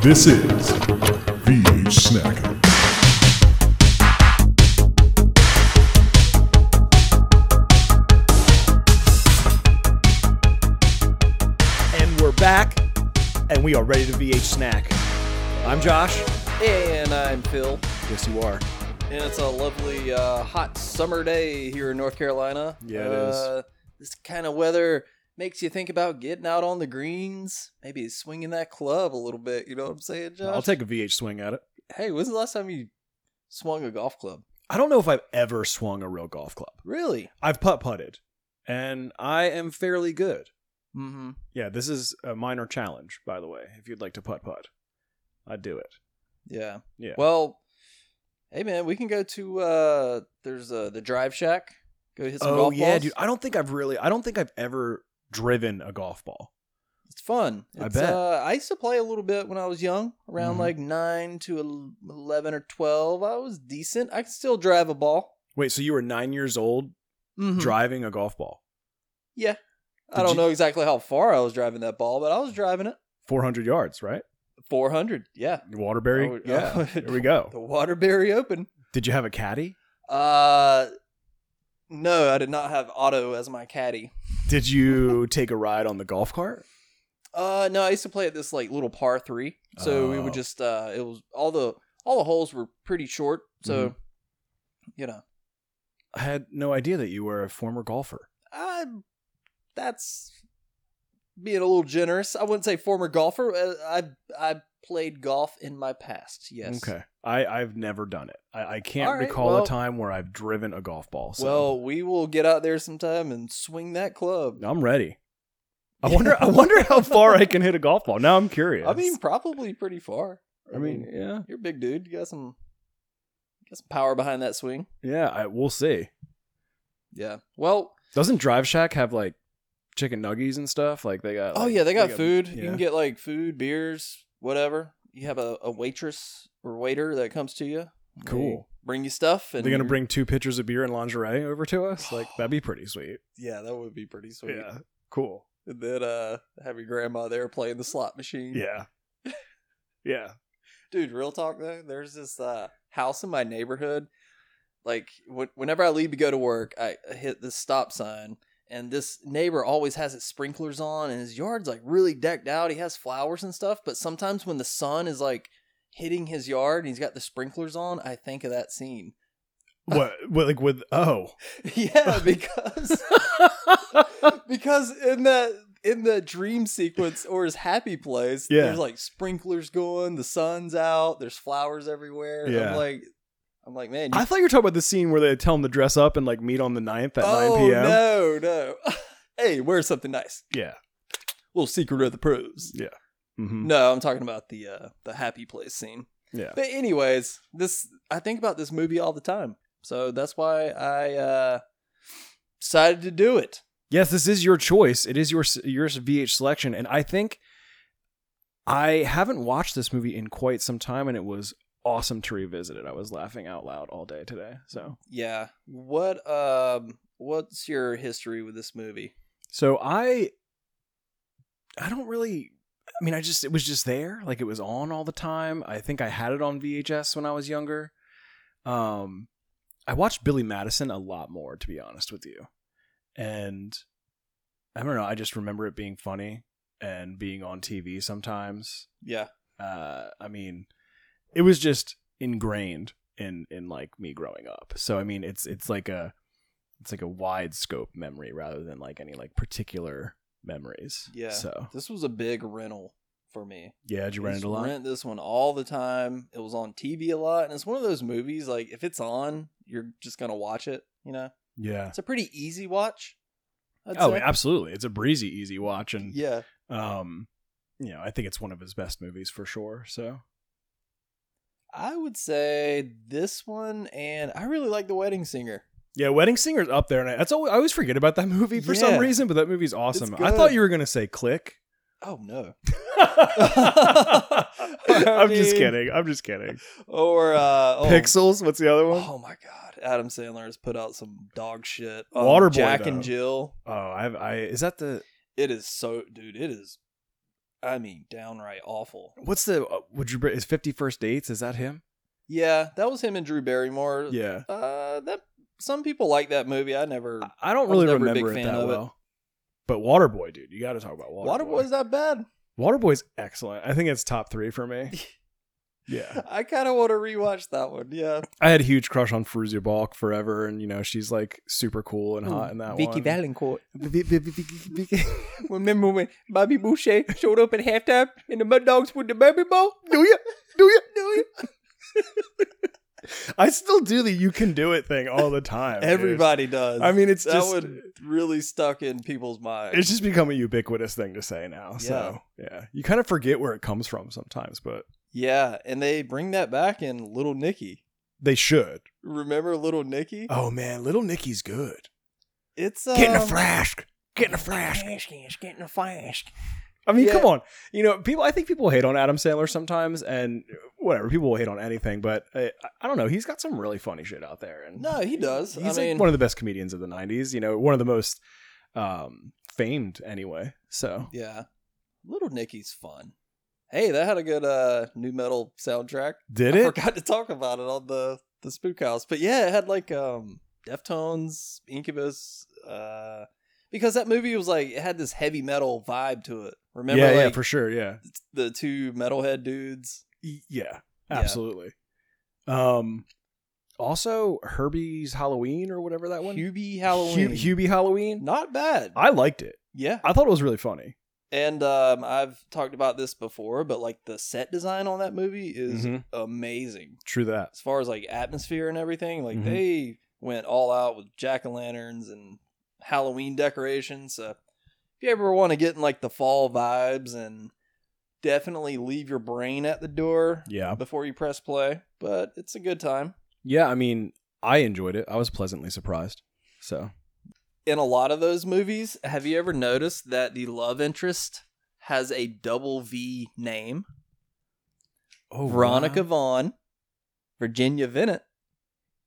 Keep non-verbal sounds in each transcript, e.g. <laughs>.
This is VH Snacker. And we're back, and we are ready to VH snack. I'm Josh. And I'm Phil, Yes, you are. and it's a lovely uh, hot summer day here in North Carolina. Yeah, it is. uh, This kind of weather makes you think about getting out on the greens, maybe swinging that club a little bit. You know what I'm saying, Josh? I'll take a VH swing at it. Hey, when's the last time you swung a golf club? I don't know if I've ever swung a real golf club. Really? I've putt putted, and I am fairly good. Mm-hmm. Yeah, this is a minor challenge, by the way. If you'd like to putt putt, I'd do it. Yeah. Yeah. Well, hey man, we can go to uh, there's uh, the Drive Shack. Go hit some oh golf yeah, balls. dude. I don't think I've really. I don't think I've ever driven a golf ball. It's fun. I It's, bet. Uh, I used to play a little bit when I was young, around Mhm. like nine to el- eleven or twelve. I was decent. I could still drive a ball. Wait, so you were nine years old Mm-hmm. Mhm. driving a golf ball, I did don't you- know exactly how far I was driving that ball, but I was driving it four hundred yards, right? four hundred. Yeah. Waterbury. Oh, <laughs> yeah. oh. there we go. The Waterbury Open. Did you have a caddy? Uh, no, I did not have Otto as my caddy. <laughs> Did you take a ride on the golf cart? Uh, no, I used to play at this like little par three, so we Oh. would just uh, it was all the all the holes were pretty short, so Mm-hmm. you know, I had no idea that you were a former golfer. I that's being a little generous. I wouldn't say former golfer. Uh, I I played golf in my past. Yes. Okay. I, I've never done it. I, I can't All right, recall well- a time where I've driven a golf ball. So Well, we will get out there sometime and swing that club. I'm ready. <laughs> I wonder I wonder how far I can hit a golf ball. Now I'm curious. I mean, probably pretty far. I mean, yeah. you're a big dude. You got some, you got some power behind that swing. Yeah, I we'll see. Yeah. Well, Doesn't Drive Shack have like chicken nuggies and stuff? Like Uh, they got Oh like- yeah, they got food. You yeah. can get like food, beers, whatever. You have a, a waitress or waiter that comes to you. They Cool. bring you stuff. And They're gonna you're- bring two pitchers of beer and lingerie over to us. <sighs> Like that'd be pretty sweet. Yeah, that would be pretty sweet. Yeah, cool. And then uh, have your grandma there playing the slot machine. <laughs> Yeah, yeah. dude. Real talk though, there's this uh, house in my neighborhood. Like wh- whenever I leave to go to work, I hit this stop sign, and this neighbor always has his sprinklers on, and his yard's like really decked out. He has flowers and stuff, but sometimes when the sun is like hitting his yard and he's got the sprinklers on, I think of that scene. What? what like with? Oh, <laughs> yeah, <laughs> because because in that in the dream sequence or his happy place, Yeah. there's like sprinklers going, the sun's out, there's flowers everywhere. Yeah. I'm like I'm like, man, you I thought you were talking about the scene where they tell him to dress up and like meet on the 9th at oh, 9 p.m. No, no. <laughs> hey, wear something nice. Yeah. Little secret of the pros. Mm-hmm. No, I'm talking about the uh the happy place scene. Yeah. But anyways, this I think about this movie all the time. So that's why I uh decided to do it. Yes, this is your choice. It is your your VH selection, and I think I haven't watched this movie in quite some time, and it was awesome to revisit it. I was laughing out loud all day today. So, Yeah. What um what's your history with this movie? so I, I don't really. I mean, I just it was just there, like it was on all the time. I think I had it on VHS when I was younger. Um, I watched Billy Madison a lot more, to be honest with you. And I don't know, I just remember it being funny and being on TV sometimes. Yeah. Uh, I mean, it was just ingrained in in like me growing up. So I mean, it's it's like a it's like a wide scope memory rather than like any like particular memories. Yeah. So This was a big rental for me. yeah, did you I rent used it to a lot? Rent this one all the time. It was on TV a lot, and it's one of those movies like if it's on, you're just gonna watch it. You know, yeah. it's a pretty easy watch. I'd Oh, say. absolutely. It's a breezy, easy watch, and yeah. um, you know, I think it's one of his best movies for sure. So I would say this one, and I really like The Wedding Singer. Yeah, Wedding Singer's up there, and I, that's always, I always forget about that <laughs> movie for some Yeah. reason. But that movie's awesome. I good. thought you were gonna <laughs> say Click. <laughs> Oh no! I'm just mean- kidding. I'm just kidding. Or uh, oh, Pixels. What's the other one? Oh my God! Adam Sandler has put out some dog shit. Um, Waterboy, Jack though. and Jill. Oh, I, I is that the It is so, dude. It is I mean, downright awful. What's the uh, would you is Fifty First Dates? Is that him? Yeah, that was him and Drew Barrymore. Yeah, Uh, that some people like that movie. I never. I- I don't I was really never a big remember it fan that of it. well. But Waterboy, dude, you got to talk about Waterboy. Waterboy's that bad. Waterboy's excellent. I think it's top three <laughs> for me. Yeah, I kind of want to rewatch that one. Yeah, <laughs> I had a huge crush on Fruzia Balk forever, and you know she's like super cool and hot in that one. Valancourt. Vicky Valancourt. <laughs> Remember when Bobby Boucher showed up at halftime and the Mud Dogs with the baby ball? Do you? Do you? Do you? I still do the "you can do it" thing all the time. dude. Everybody does. I mean, it's that just one really stuck in people's minds. it's just become a ubiquitous thing to say now. So yeah, you kind of forget where it comes from sometimes, but yeah, and they bring that back in Little Nicky. they should. Remember Little Nicky? Oh man, Little Nicky's good. It's um, Getting a flask. Getting a flask. It's getting a flash. I mean, Yeah. come on. You know, people. I think people hate on Adam Sandler sometimes, and whatever. People will hate on anything, but uh, I, I don't know. He's got some really funny shit out there, and No, he does. he's I like mean, one of the best comedians of the '90s. You know, one of the most um, famed, anyway. So yeah, Little Nicky's fun. Hey, that had a good uh, new metal soundtrack. did I it? forgot to talk about it on the the spook house, but yeah, it had like um Deftones, Incubus, uh, because that movie was like it had this heavy metal vibe to it. Remember, yeah, yeah, like, for sure. Yeah, the two metalhead dudes. Y- yeah, Yeah. absolutely. Um, also Herbie's Halloween or whatever that one. Hubie Hu- Halloween. Hubie Halloween. Not bad. I liked it. yeah. I thought it was really funny. And um, I've talked about this before, but like the set design on that movie is Mhm. amazing. True that. As far as like atmosphere and everything, like Mhm. they went all out with jack o' lanterns and Halloween decorations. So if you ever want to get in like the fall vibes and definitely leave your brain at the door Yeah. before you press play, but it's a good time. Yeah, I mean, I enjoyed it. I was pleasantly surprised. So in a lot of those movies, have you ever noticed that the love interest has a double V name? oh, Veronica Vaughn, Virginia Vennett,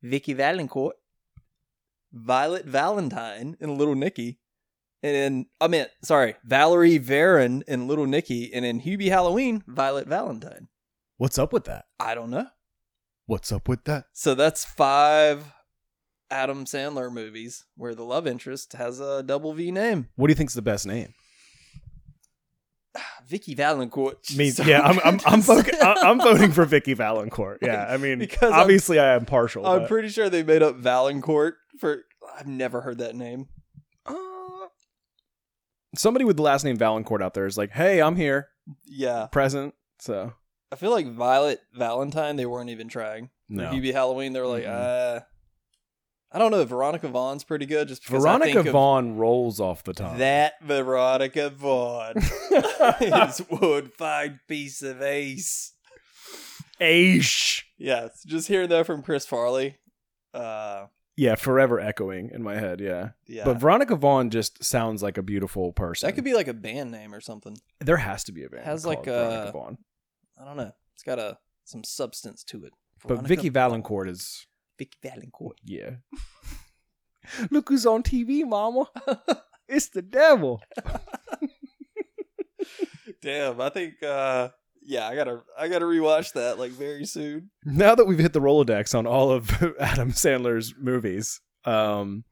Vicky Valancourt, Violet Valentine in Little Nicky, and in, I meant, sorry, Valerie Varon in Little Nicky, and in Hubie Halloween, Violet Valentine. what's up with that? I don't know. What's up with that? So that's five Adam Sandler movies where the love interest has a double V name. What do you think's the best name? Vicky Valancourt. <laughs> I mean, So yeah, I'm I'm <laughs> I'm, good. voc- I- <laughs> I'm voting for Vicky Valancourt. Yeah, I mean, Because I'm- obviously i am partial. I'm but- pretty sure they made up Valancourt for. I've never heard that name. Uh, somebody with the last name Valancourt out there is like, hey, I'm here, Yeah, present. So I feel like Violet Valentine. They weren't even trying. No. no, Hubie Halloween. They were like, uh, Mhm. I don't know. Veronica Vaughn's pretty good. Just because I Veronica think of Vaughn rolls off the tongue. That Veronica Vaughn <laughs> is one fine piece of ace. Aish. Yeah, just hearing that from Chris Farley. Uh, Yeah, forever echoing in my head. Yeah. yeah, but Veronica Vaughn just sounds like a beautiful person. that could be like a band name or something. There has to be a band. Has called like uh, Veronica a- Vaughn. I don't know. It's got a some substance to it. But Veronica Vicky Valancourt is Vicky Valancourt. <laughs> yeah. Look who's on TV, Mama! <laughs> it's the devil. Damn, I think uh yeah, I gotta I gotta rewatch that like very soon. Now that we've hit the Rolodex on all of <laughs> Adam Sandler's movies, um,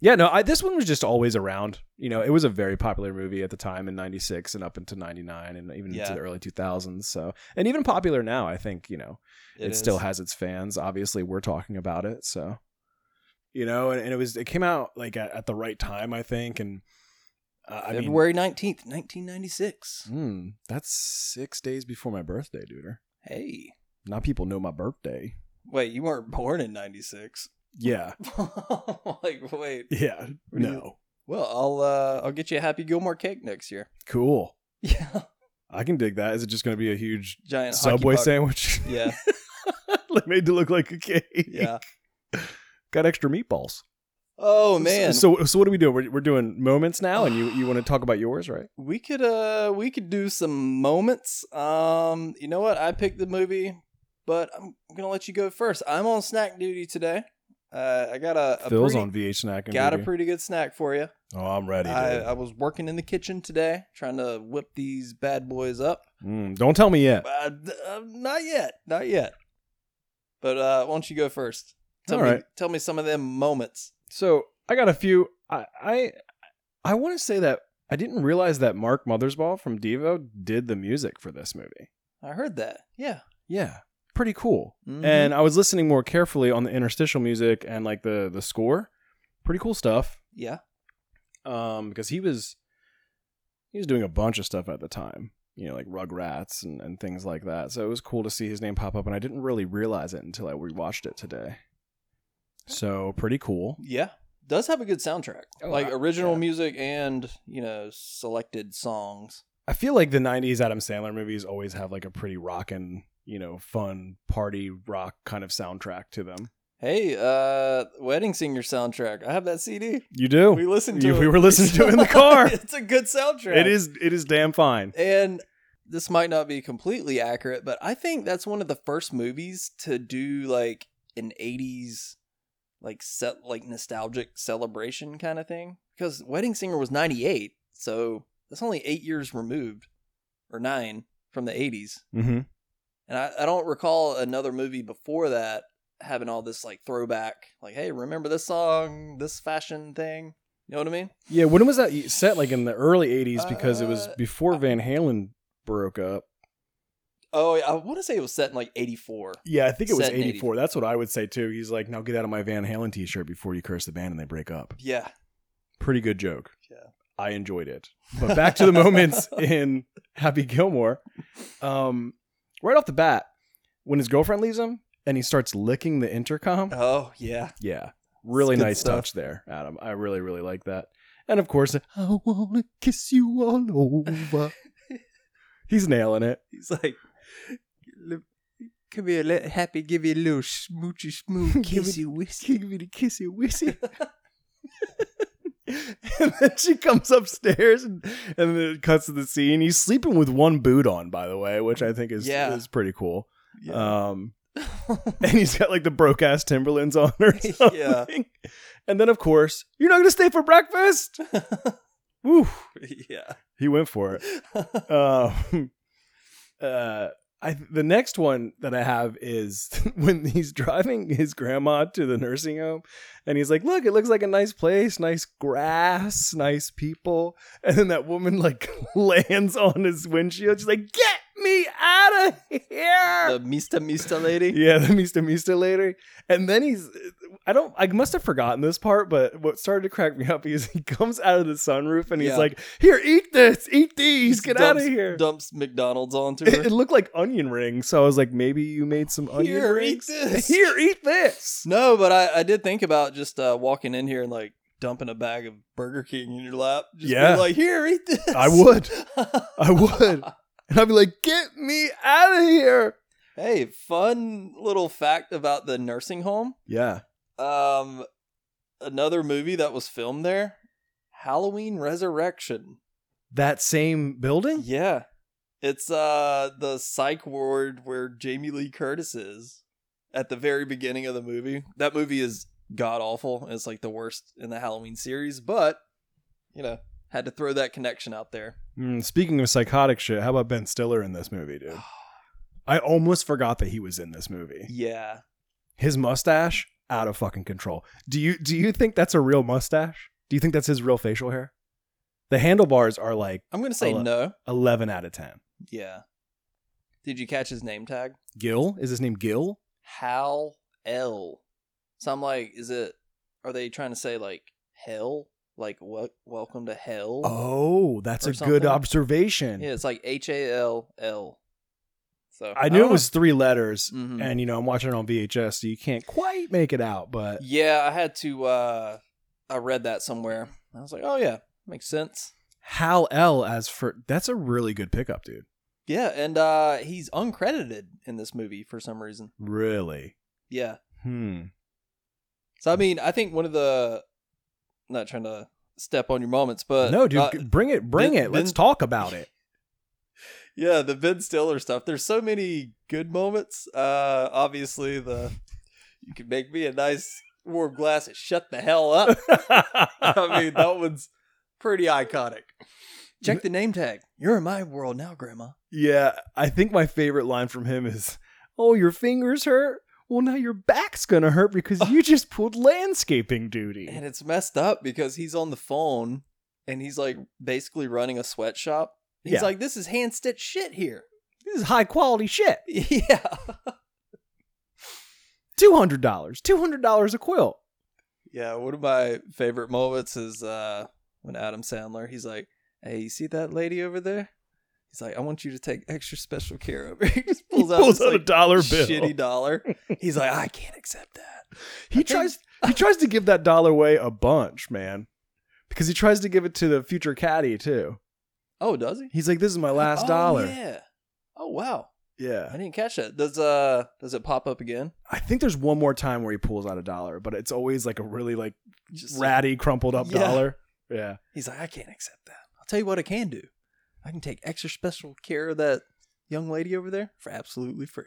yeah, no, I, this one was just always around. You know, it was a very popular movie at the time in '96 and up into '99 and even Yeah. into the early 2000s. So, and even popular now, I think you know it, is. still has its fans obviously we're talking about it so you know and, and it was it came out like at, at the right time i think and uh, i mean February nineteenth, nineteen ninety six. Hmm, that's six days before my birthday duder Hey. now people know my birthday Wait, you weren't born in ninety six. yeah <laughs> like wait. yeah What do you- no Well, I'll uh I'll get you a happy Gilmore cake next <laughs> year. cool Yeah. i can dig that is it just going to be a huge Giant hockey subway puck. sandwich <laughs> Yeah, made to look like a cake yeah. got extra meatballs Oh man. so so, what do we do we're, we're doing moments now and you you want to talk about yours right We could uh we could do some moments. Um you know what? I picked the movie, but I'm going to let you go first. I'm on snack duty today. Uh, I got a, a Phil's pretty, on VH Snack. and got a Voodoo. pretty good snack for you. Oh, I'm ready. I, dude. I was working in the kitchen today, trying to whip these bad boys up. Mm, don't tell me yet. Uh, d- uh, not yet, not yet. But uh, why don't you go first? Tell All me, right. tell me some of them moments. So I got a few. I I, I want to say that I didn't realize that Mark Mothersbaugh from Devo did the music for this movie. I heard that. Yeah. Yeah, pretty cool. Mhm. And I was listening more carefully on the interstitial music and like the the score. Pretty cool stuff. yeah, Um, because he was he was doing a bunch of stuff at the time. You know, like Rugrats and, and things like that. So it was cool to see his name pop up, and I didn't really realize it until I rewatched it today. So pretty cool. yeah, does have a good soundtrack, Oh, like I- original yeah. music and you know selected songs. I feel like the '90s Adam Sandler movies always have like a pretty rockin', you know, fun party rock kind of soundtrack to them. Hey, uh, wedding singer soundtrack. I have that CD. You do. We listened to Oh, You- it. we were listening to it in <laughs> the car. it's a good soundtrack. it is. It is damn fine. And this might not be completely accurate, but I think that's one of the first movies to do like an 80s like set like nostalgic celebration kind of thing because Wedding Singer was 98, so that's only 8 years removed or 9 from the 80s. Mm-hmm. And I, I don't recall another movie before that having all this like throwback like hey, remember this song, this fashion thing? You know what I mean? Yeah. When was that set? Like in the early '80s, because it was Uh, before Van Halen broke up. Oh, I want to say it was set in like 84. Yeah, I think it was Set in '84. That's what I would say too. He's like, "Now get out of my Van Halen T-shirt before you curse the band and they break up." Yeah. Pretty good joke. Yeah. I enjoyed it. But back to the <laughs> moments in Happy Gilmore. Um, right off the bat, when his girlfriend leaves him and he starts licking the intercom. Oh yeah. yeah. Really It's good nice stuff. touch there, Adam. I really, really like that. And of course, I wanna kiss you all over. <laughs> He's nailing it. He's like, "Look, come here, let Happy give you a little smoochy smooth <laughs> Give it- kissy wissy. Give me the kissy wissy. <laughs> and then she comes upstairs and, and then it cuts to the scene. He's sleeping with one boot on, by the way, which I think is, Yeah. is pretty cool. Yeah. <laughs> Um, and he's got like the broke ass Timberlands on or Yeah. something. <laughs> And then, of course, you're not going to stay <laughs> for breakfast. Woo. yeah. He went for it. Um, <laughs> uh, I, the next one that I have is <laughs> when he's driving his grandma to the nursing home, and he's like, "Look, it looks like a nice place, nice grass, nice people." And then that woman like <laughs> lands on his windshield. She's like, "Get me out of here!" the Mista Mista lady. <laughs> Yeah, the Mista Mista later. And then he's I don't I must have forgotten this part, but what started to crack me up is he <laughs> comes out of the sunroof and he's Yeah. like, Here, eat this, eat these, Just get out dumps- of here. Dumps McDonald's onto It, <laughs> her. it looked like onion rings, so I was like, maybe you made some onion Here, eat rings. this. <laughs> Here, eat <laughs> this. <laughs> no, but I, I did think about just uh, walking in here and like dumping a bag of Burger King in your lap. Just be Yeah. like here, eat this. I would. I <laughs> would. And I'd be like, get me out of here. <laughs> hey, fun little fact about the nursing home. Yeah. Um, another movie that was filmed there, Halloween Resurrection. That same building? Yeah, it's uh the psych ward where Jamie Lee Curtis is at the very beginning of the movie. That movie is god awful. It's like the worst in the Halloween series, but you know, had to throw that connection out there. Mm, speaking of psychotic shit, how about Ben Stiller in this movie, <sighs> dude? I almost forgot that he was in this movie. Yeah, his mustache out of fucking control. Do you do you think that's a real mustache? Do you think that's his real facial hair? The handlebars are like I'm gonna say I'll, uh, no. eleven out of ten. Yeah. Did you catch his name tag? Gil is his name. Gil. Hal L. So I'm like, is it? Are they trying to say like hell? Like what? Welcome to hell. Oh, that's Or a something. good observation. Yeah, it's like H A L L. So I knew it was three letters, Mhm. and you know I'm watching it on VHS, so you can't quite make it out. But Yeah, I had to. uh I read that somewhere. I was like, oh yeah, makes sense. Hal L as for that's a really good pickup, dude. Yeah, and uh he's uncredited in this movie for some reason. Really. Yeah. Hmm. So I mean, I think one of the. Not trying to step on your moments, but no, dude, uh, g- bring it, bring Ben- it. Let's Ben- talk about it. Yeah, the Ben Stiller stuff. There's so many good moments. Uh obviously the you can make me a nice wore glasses, shut the hell up. <laughs> I mean, that one's pretty iconic. Check the name tag. You're in my world now, Grandma. <laughs> yeah, I think my favorite line from him is, "Oh, your fingers hurt. Well, now your back's gonna hurt <laughs> because you just pulled landscaping duty." And it's messed up because he's on the phone and he's like basically running a sweatshop. He's Yeah. like, this is hand stitched shit here. This is high quality shit. Yeah. Two hundred dollars. Two hundred dollars a quilt. Yeah, one of my favorite moments is uh when Adam Sandler, he's like, Hey, you see that lady over there? He's like, I want you to take extra special care of her. <laughs> He just He pulls out, <laughs> pulls this, out a like, dollar bill. shitty dollar. <laughs> He's like, I can't accept that. I He think- tries he tries to give that dollar away a bunch, man. Because he tries to give it to the future caddy too. Oh, does he? He's like, "This is my last Oh, dollar." Yeah. Yeah. Oh wow. I didn't catch that. Does uh does it pop up again? I think there's one more time where he pulls out a dollar, but it's always like a really like Just ratty, crumpled up Yeah. dollar. Yeah. he's like, I can't accept that. I'll tell you what I can do. I can take extra special care of that young lady over there for absolutely free.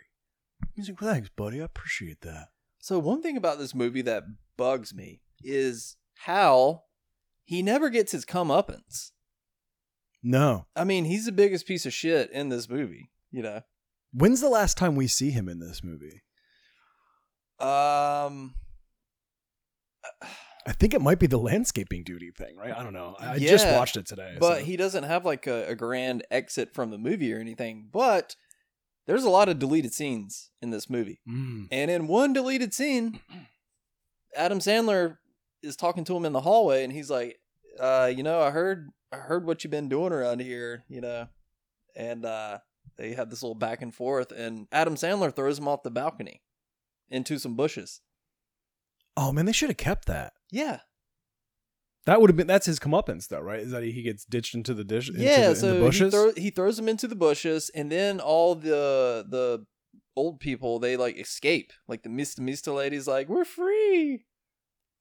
He's like, thanks, buddy. I appreciate that. So one thing about this movie that bugs me is how he never gets his comeuppance. No. I mean, he's the biggest piece of shit in this movie, you know. When's the last time we see him in this movie? Um I think it might be the landscaping duty thing, right? I don't know. I I just Yeah, watched it today. but so- he doesn't have like a, a grand exit from the movie or anything, but there's a lot of deleted scenes in this movie. Mm. And in one deleted scene, Adam Sandler is talking to him in the hallway, and he's like, uh, "You know, I heard, I heard what you've been doing around here, you know." And uh, they have this little back and forth, and Adam Sandler throws him off the balcony into some bushes. Oh man, they should have kept that. Yeah, That would have been that's his comeuppance though, right? Is that he gets ditched into the dish into yeah. the, so in the bushes? He, throw, he throws him into the bushes, and then all the the old people they like escape. Like the Mr. Mista lady's like, "We're free."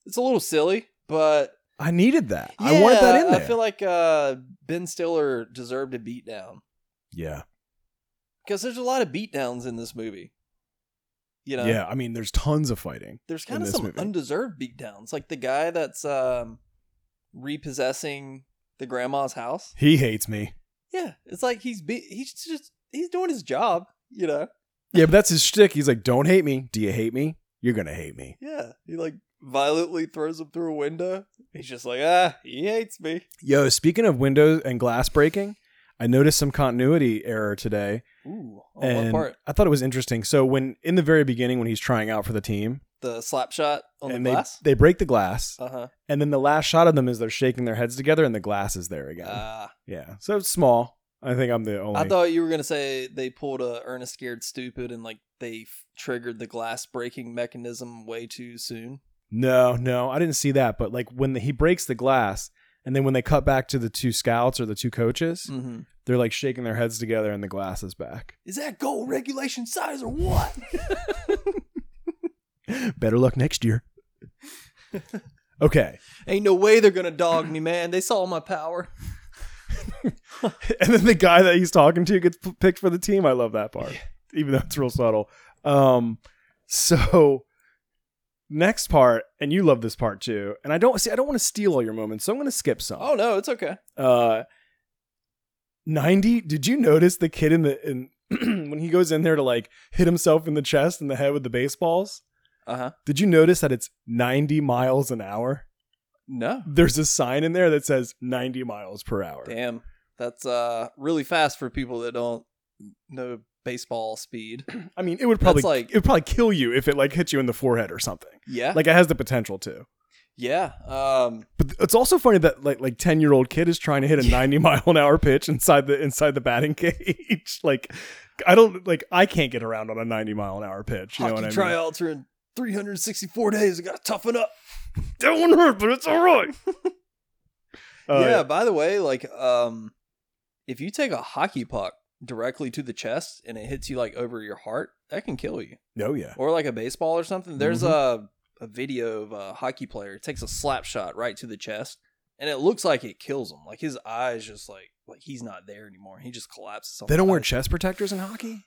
It's a little silly, but I needed that. I wanted that Yeah, in I there. feel like uh, Ben Stiller deserved a beatdown yeah. because there's a lot of beatdowns in this movie. You know, Yeah. I mean, there's tons of fighting. there's in kind of this some movie. undeserved beatdowns, like the guy that's um, repossessing the grandma's house. He hates me. Yeah, it's like he's be- he's just he's doing his job. You know, Yeah, but that's his shtick. He's like, don't hate me. Do you hate me? You're going to hate me. yeah, he like violently throws him through a window. He's just like, ah, he hates me. Yo, speaking of windows and glass breaking, I noticed some continuity error today. Ooh, on what And part? I thought it was interesting. So, when in the very beginning, when he's trying out for the team, The slap shot on the and glass. They, they break the glass, Uh huh. and then the last shot of them is they're shaking their heads together, and the glass is there again. Ah. yeah. So, it's small. I think I'm the only. I thought you were gonna say they pulled a Ernest Scared Stupid and like they f- triggered the glass breaking mechanism way too soon. No, no, I didn't see that. But like when the, he breaks the glass, and then when they cut back to the two scouts or the two coaches, Mm-hmm. they're like shaking their heads together, and the glass is back. Is that goal regulation size or what? <laughs> <laughs> Better luck next year. okay, <laughs> Ain't no way they're gonna dog me, man. They saw my power. and then the guy that he's talking to gets p- picked for the team. I love that part, even though it's real subtle. Um, so next part, and you love this part too. And I don't see. I don't want to steal all your moments, so I'm going to skip some. Oh no, it's okay. Uh, 90 did you notice the kid in the in <clears throat> when he goes in there to like hit himself in the chest and the head with the baseballs Uh huh. did you notice that it's 90 miles an hour No, there's a sign in there that says 90 miles per hour damn, that's uh really fast for people that don't know baseball speed. i mean it would probably That's like- it would probably kill you if it like hit you in the forehead or something Yeah, like it has the potential to yeah. Um, but it's also funny that like like 10 year old kid is trying to hit a 90 mile an hour pitch inside the inside the batting <laughs> cage like i don't like i can't get around on a 90 mile an hour pitch you know what hockey i mean tryouts are in 364 days. I gotta toughen up. That one hurt, but it's <laughs> all right. Uh, yeah, by the way, like um if you take a hockey puck directly to the chest and it hits you like over your heart, that can kill you. Oh yeah. Mm-hmm. Or like a baseball or something. There's a a video of a hockey player It takes a slap shot right to the chest and it looks like it kills him. Like his eyes just like like he's not there anymore. He just collapses on They the don't wear ice. chest protectors in hockey.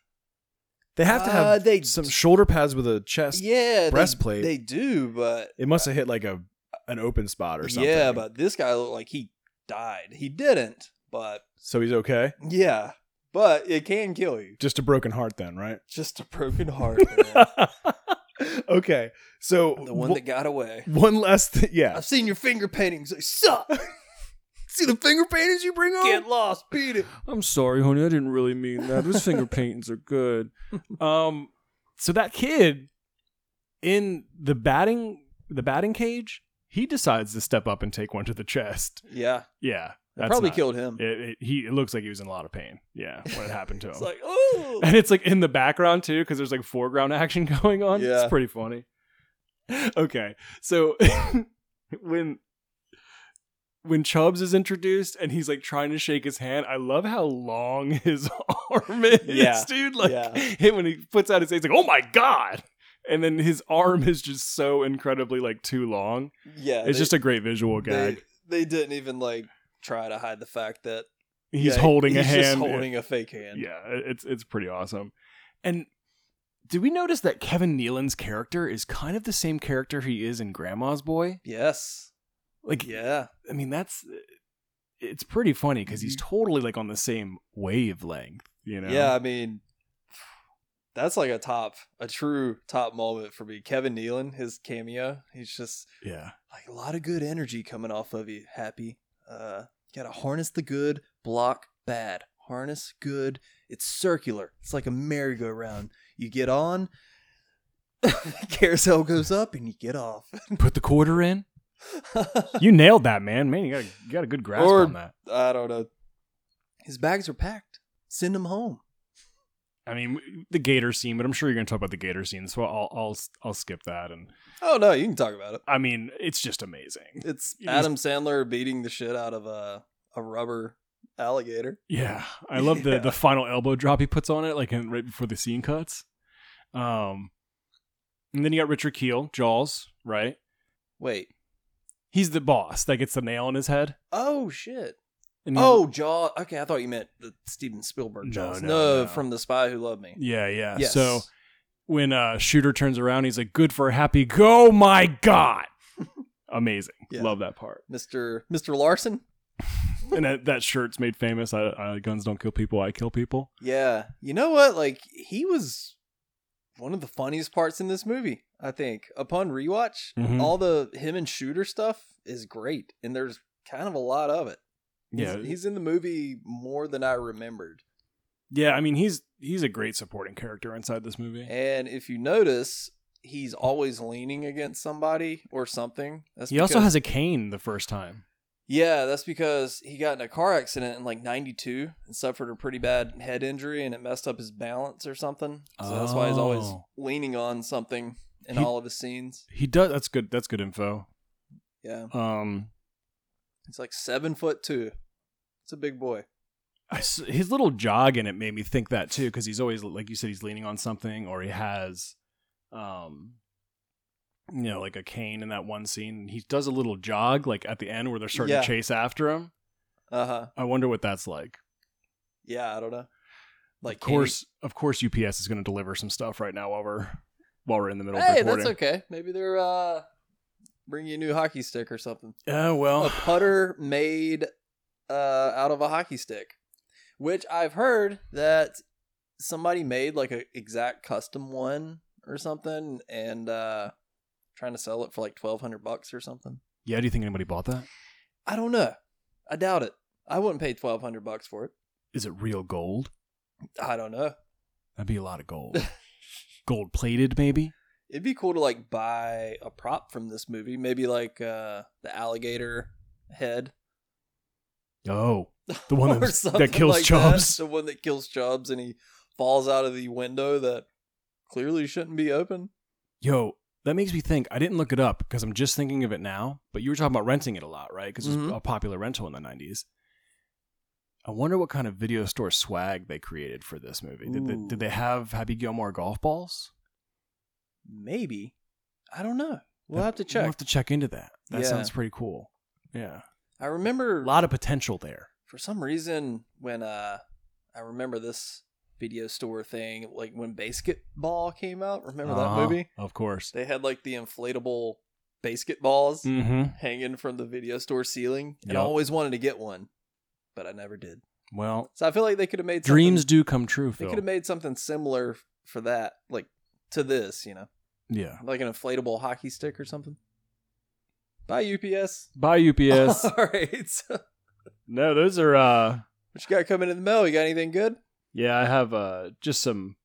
They have to have Uh, they- some shoulder pads with a chest. yeah, they- breastplate. They, do, but It must have hit like a an open spot or something. yeah, but this guy looked like he died. He didn't, but so he's okay. yeah, but it can kill you. Just a broken heart then, right? Just a broken <laughs> heart. man. okay. So the one wh- that got away. one last thing. Yeah. I've seen your finger paintings. They suck. See the finger paintings you bring <laughs> Get lost. <laughs> Beat it. I'm sorry, honey. I didn't really mean that. Those finger paintings are <laughs> good. Um, so that kid in the batting the batting cage, he decides to step up and take one to the chest. Yeah, Yeah, that probably not- killed him. It, it, he it looks like he was in a lot of pain. Yeah, when it happened to <laughs> him. It's like <laughs> oh. and it's like in the background too because there's like foreground <laughs> action going on Yeah. it's pretty funny okay so <laughs> when when chubbs is introduced and he's like trying to shake his hand i love how long <laughs> his arm is Yeah. dude like Yeah. <laughs> him when he puts out his hand he's like oh my god and then his arm is just so incredibly like too long Yeah, it's just a great visual they, gag they didn't even like try to hide the fact that he's yeah, holding a he's hand Just holding a fake hand. yeah it- it's it's pretty awesome and did we notice that kevin nealon's character is kind of the same character he is in grandma's boy Yes. like Yeah. i mean that's it's pretty funny because he's totally like on the same wavelength you know Mm-hmm. Yeah. I mean, that's like a top, a true top moment for me. Kevin Nealon, his cameo. He's just yeah like a lot of good energy coming off of you. Happy. Uh, you gotta harness the good, block bad. Harness good. It's circular. It's like a merry-go-round. You get on, <laughs> carousel goes up, and you get off. <laughs> put the quarter in you nailed that man man you got a, you got a good grasp Or- on that I don't know. His bags are packed. Send him home. i mean the gator scene but i'm sure you're gonna talk about the gator scene so i'll i'll, I'll skip that and Oh no, you can talk about it. i mean it's just amazing It's He's- Adam Sandler beating the shit out of a a rubber alligator. Yeah, I love <laughs> the Yeah. the final elbow drop he puts on it, like in, right before the scene cuts. Um, and then you got Richard Keel, Jaws, right? Wait. He's the boss that gets the nail in his head. Oh shit. And he- Oh Jaws. Okay, I thought you meant the Steven Spielberg Mm-hmm. No, Jaws. no, No, no. from The Spy Who Loved Me. yeah, yeah. Yes. So when uh, Shooter turns around, he's like, "Good for a happy go, my <laughs> god!" Amazing, Yeah. love that part. Mr. Mr. Larson. and that, that shirt's made famous. I, I, guns don't kill people, I kill people. Yeah. You know what? Like he was one of the funniest parts in this movie. I think upon rewatch, Mhm. all the him and shooter stuff is great, and there's kind of a lot of it. Yeah, he's, he's in the movie more than I remembered. yeah. I mean, he's he's a great supporting character inside this movie. And if you notice, he's always leaning against somebody or something. That's he also because- has a cane the first time. yeah, that's because he got in a car accident in like '92 and suffered a pretty bad head injury, and it messed up his balance or something. So that's why he's always Oh. leaning on something in He- all of his scenes. He does. That's good. That's good info. Yeah, Um, he's like seven foot two. It's a big boy. I s his little jog in it made me think that too, because he's always like you said, he's leaning on something, or he has, um, you know, like a cane in that one scene. He does a little jog like at the end where they're starting Yeah. to chase after him. Uh huh. I wonder what that's like. Yeah, I don't know. Like of course, of course, UPS is going to deliver some stuff right now while we're while we're in the middle Hey, of recording. that's okay. Maybe they're uh bringing you a new hockey stick or something. Oh well. a putter made uh, out of a hockey stick, which I've heard that somebody made like a exact custom one or something, and uh, trying to sell it for like twelve hundred bucks or something. Yeah. Do you think anybody bought that? I don't know. I doubt it. I wouldn't pay twelve hundred bucks for it. Is it real gold? I don't know. That'd be a lot of <laughs> gold. gold plated, maybe. It'd be cool to like buy a prop from this movie, maybe like uh, the alligator head. Oh, <laughs> The one Or that- that something kills Chubbs. The one that kills Chubbs and he falls out of the window that clearly shouldn't be open. Yo, that makes me think. I didn't look it up because I'm just thinking of it now. But you were talking about renting it a lot, right? Because it was Mhm. a popular rental in the '90s. I wonder what kind of video store swag they created for this movie. Did they, Ooh. did they have Happy Gilmore golf balls? Maybe. I don't know. We'll have to We'll check. have to check into that. That Yeah. sounds pretty cool. Yeah, I a remember lot of potential there. for some reason when uh I remember this video store thing, like when Basketball came out. Remember that Uh-huh. movie? Of course. They had like the inflatable basketballs Mm-hmm. hanging from the video store ceiling, and I Yup. always wanted to get one, but I never did. Well, So I feel like they could have made something- dreams do come true. They Phil. could have made something similar for that, like to this, you know, <laughs> yeah. like an inflatable hockey stick or something. <laughs> Bye UPS. <laughs> Bye UPS. All right. So, <laughs> no, those are. uh what you got coming in the mail? You got anything good? Yeah, I have uh just some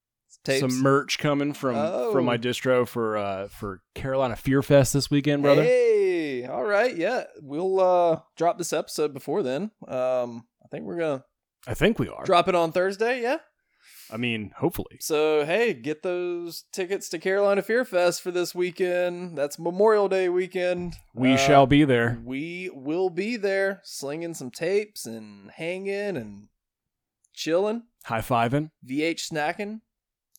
Tapes. some merch coming from Oh. from my distro for uh for Carolina Fear Fest this weekend, brother. Hey, all right, yeah. We'll uh drop this episode before then. Um I think we're gonna I think we are. drop it on Thursday, yeah. I mean, hopefully. So hey, get those tickets to Carolina Fear Fest for this weekend. That's Memorial Day weekend. We Uh, shall be there. We will be there, slinging some tapes and hanging and chilling. High fiving. VH snacking.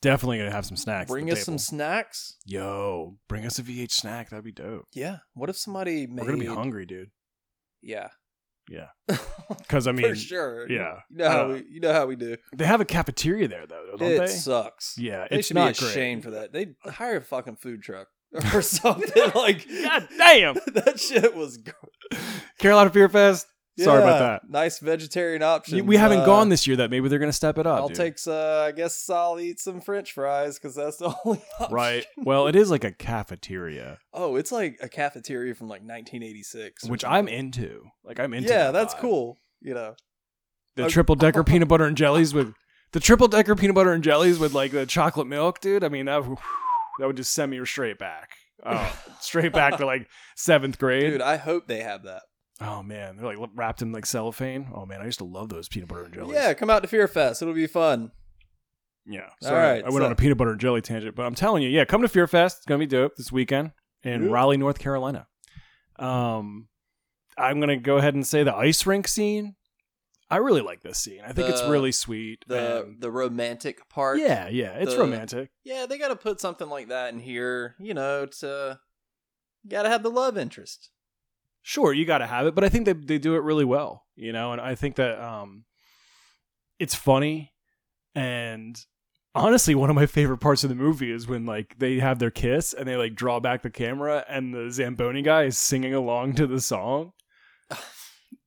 Definitely gonna have some snacks. at Bring the us table. some snacks. Yo, bring us a VH snack. That'd be dope. Yeah. What if somebody made? We're gonna be hungry, dude. Yeah. Yeah. I Because I mean, for sure. yeah. You know how Uh, we. You know how we do. they have a cafeteria there though, don't it they? sucks. yeah, They it's should not be great. ashamed for that. They hire a fucking food truck <laughs> or <laughs> something like. God <laughs> damn, that shit was. Gr- Carolina Fear Fest. Sorry about Yeah, that. Nice vegetarian option. uh, We haven't gone this year. That maybe they're gonna step it up. I'll dude. take. Uh, I guess I'll eat some French fries because that's the <laughs> only option. right. Well, it is like <laughs> a cafeteria, Oh, it's like a cafeteria from like 1986, or which something. I'm into. Like I'm into. yeah, that that's vibe. cool. You know, The Okay. <laughs> triple decker peanut butter and jellies with the triple decker peanut butter and jellies with like the chocolate milk, dude. I mean that would- that would just send me straight back. <laughs> Oh, straight back to like seventh grade. dude, I hope they have that. Oh man, they're like wrapped in like cellophane. Oh man, I used to love those peanut butter and jellies. Yeah, come out to Fear Fest. It'll be fun. yeah. All Sorry, right, I went so- on a peanut butter and jelly tangent, but I'm telling you, yeah, come to Fear Fest. It's gonna be dope this weekend in Yeah. Raleigh, North Carolina. Um, I'm gonna go ahead and say the ice rink scene. I really like this scene. I think it's The- really sweet. The and- the romantic part. yeah, yeah, it's the- romantic. yeah. They got to put something like that in here. You know, to got to have the love interest. <laughs> Sure, you got to have it, but I think they they do it really well. You know, and I think that um, it's funny and honestly one of my favorite parts of the movie is when like they have their kiss and they like draw back the camera and the zamboni guy is singing along to the song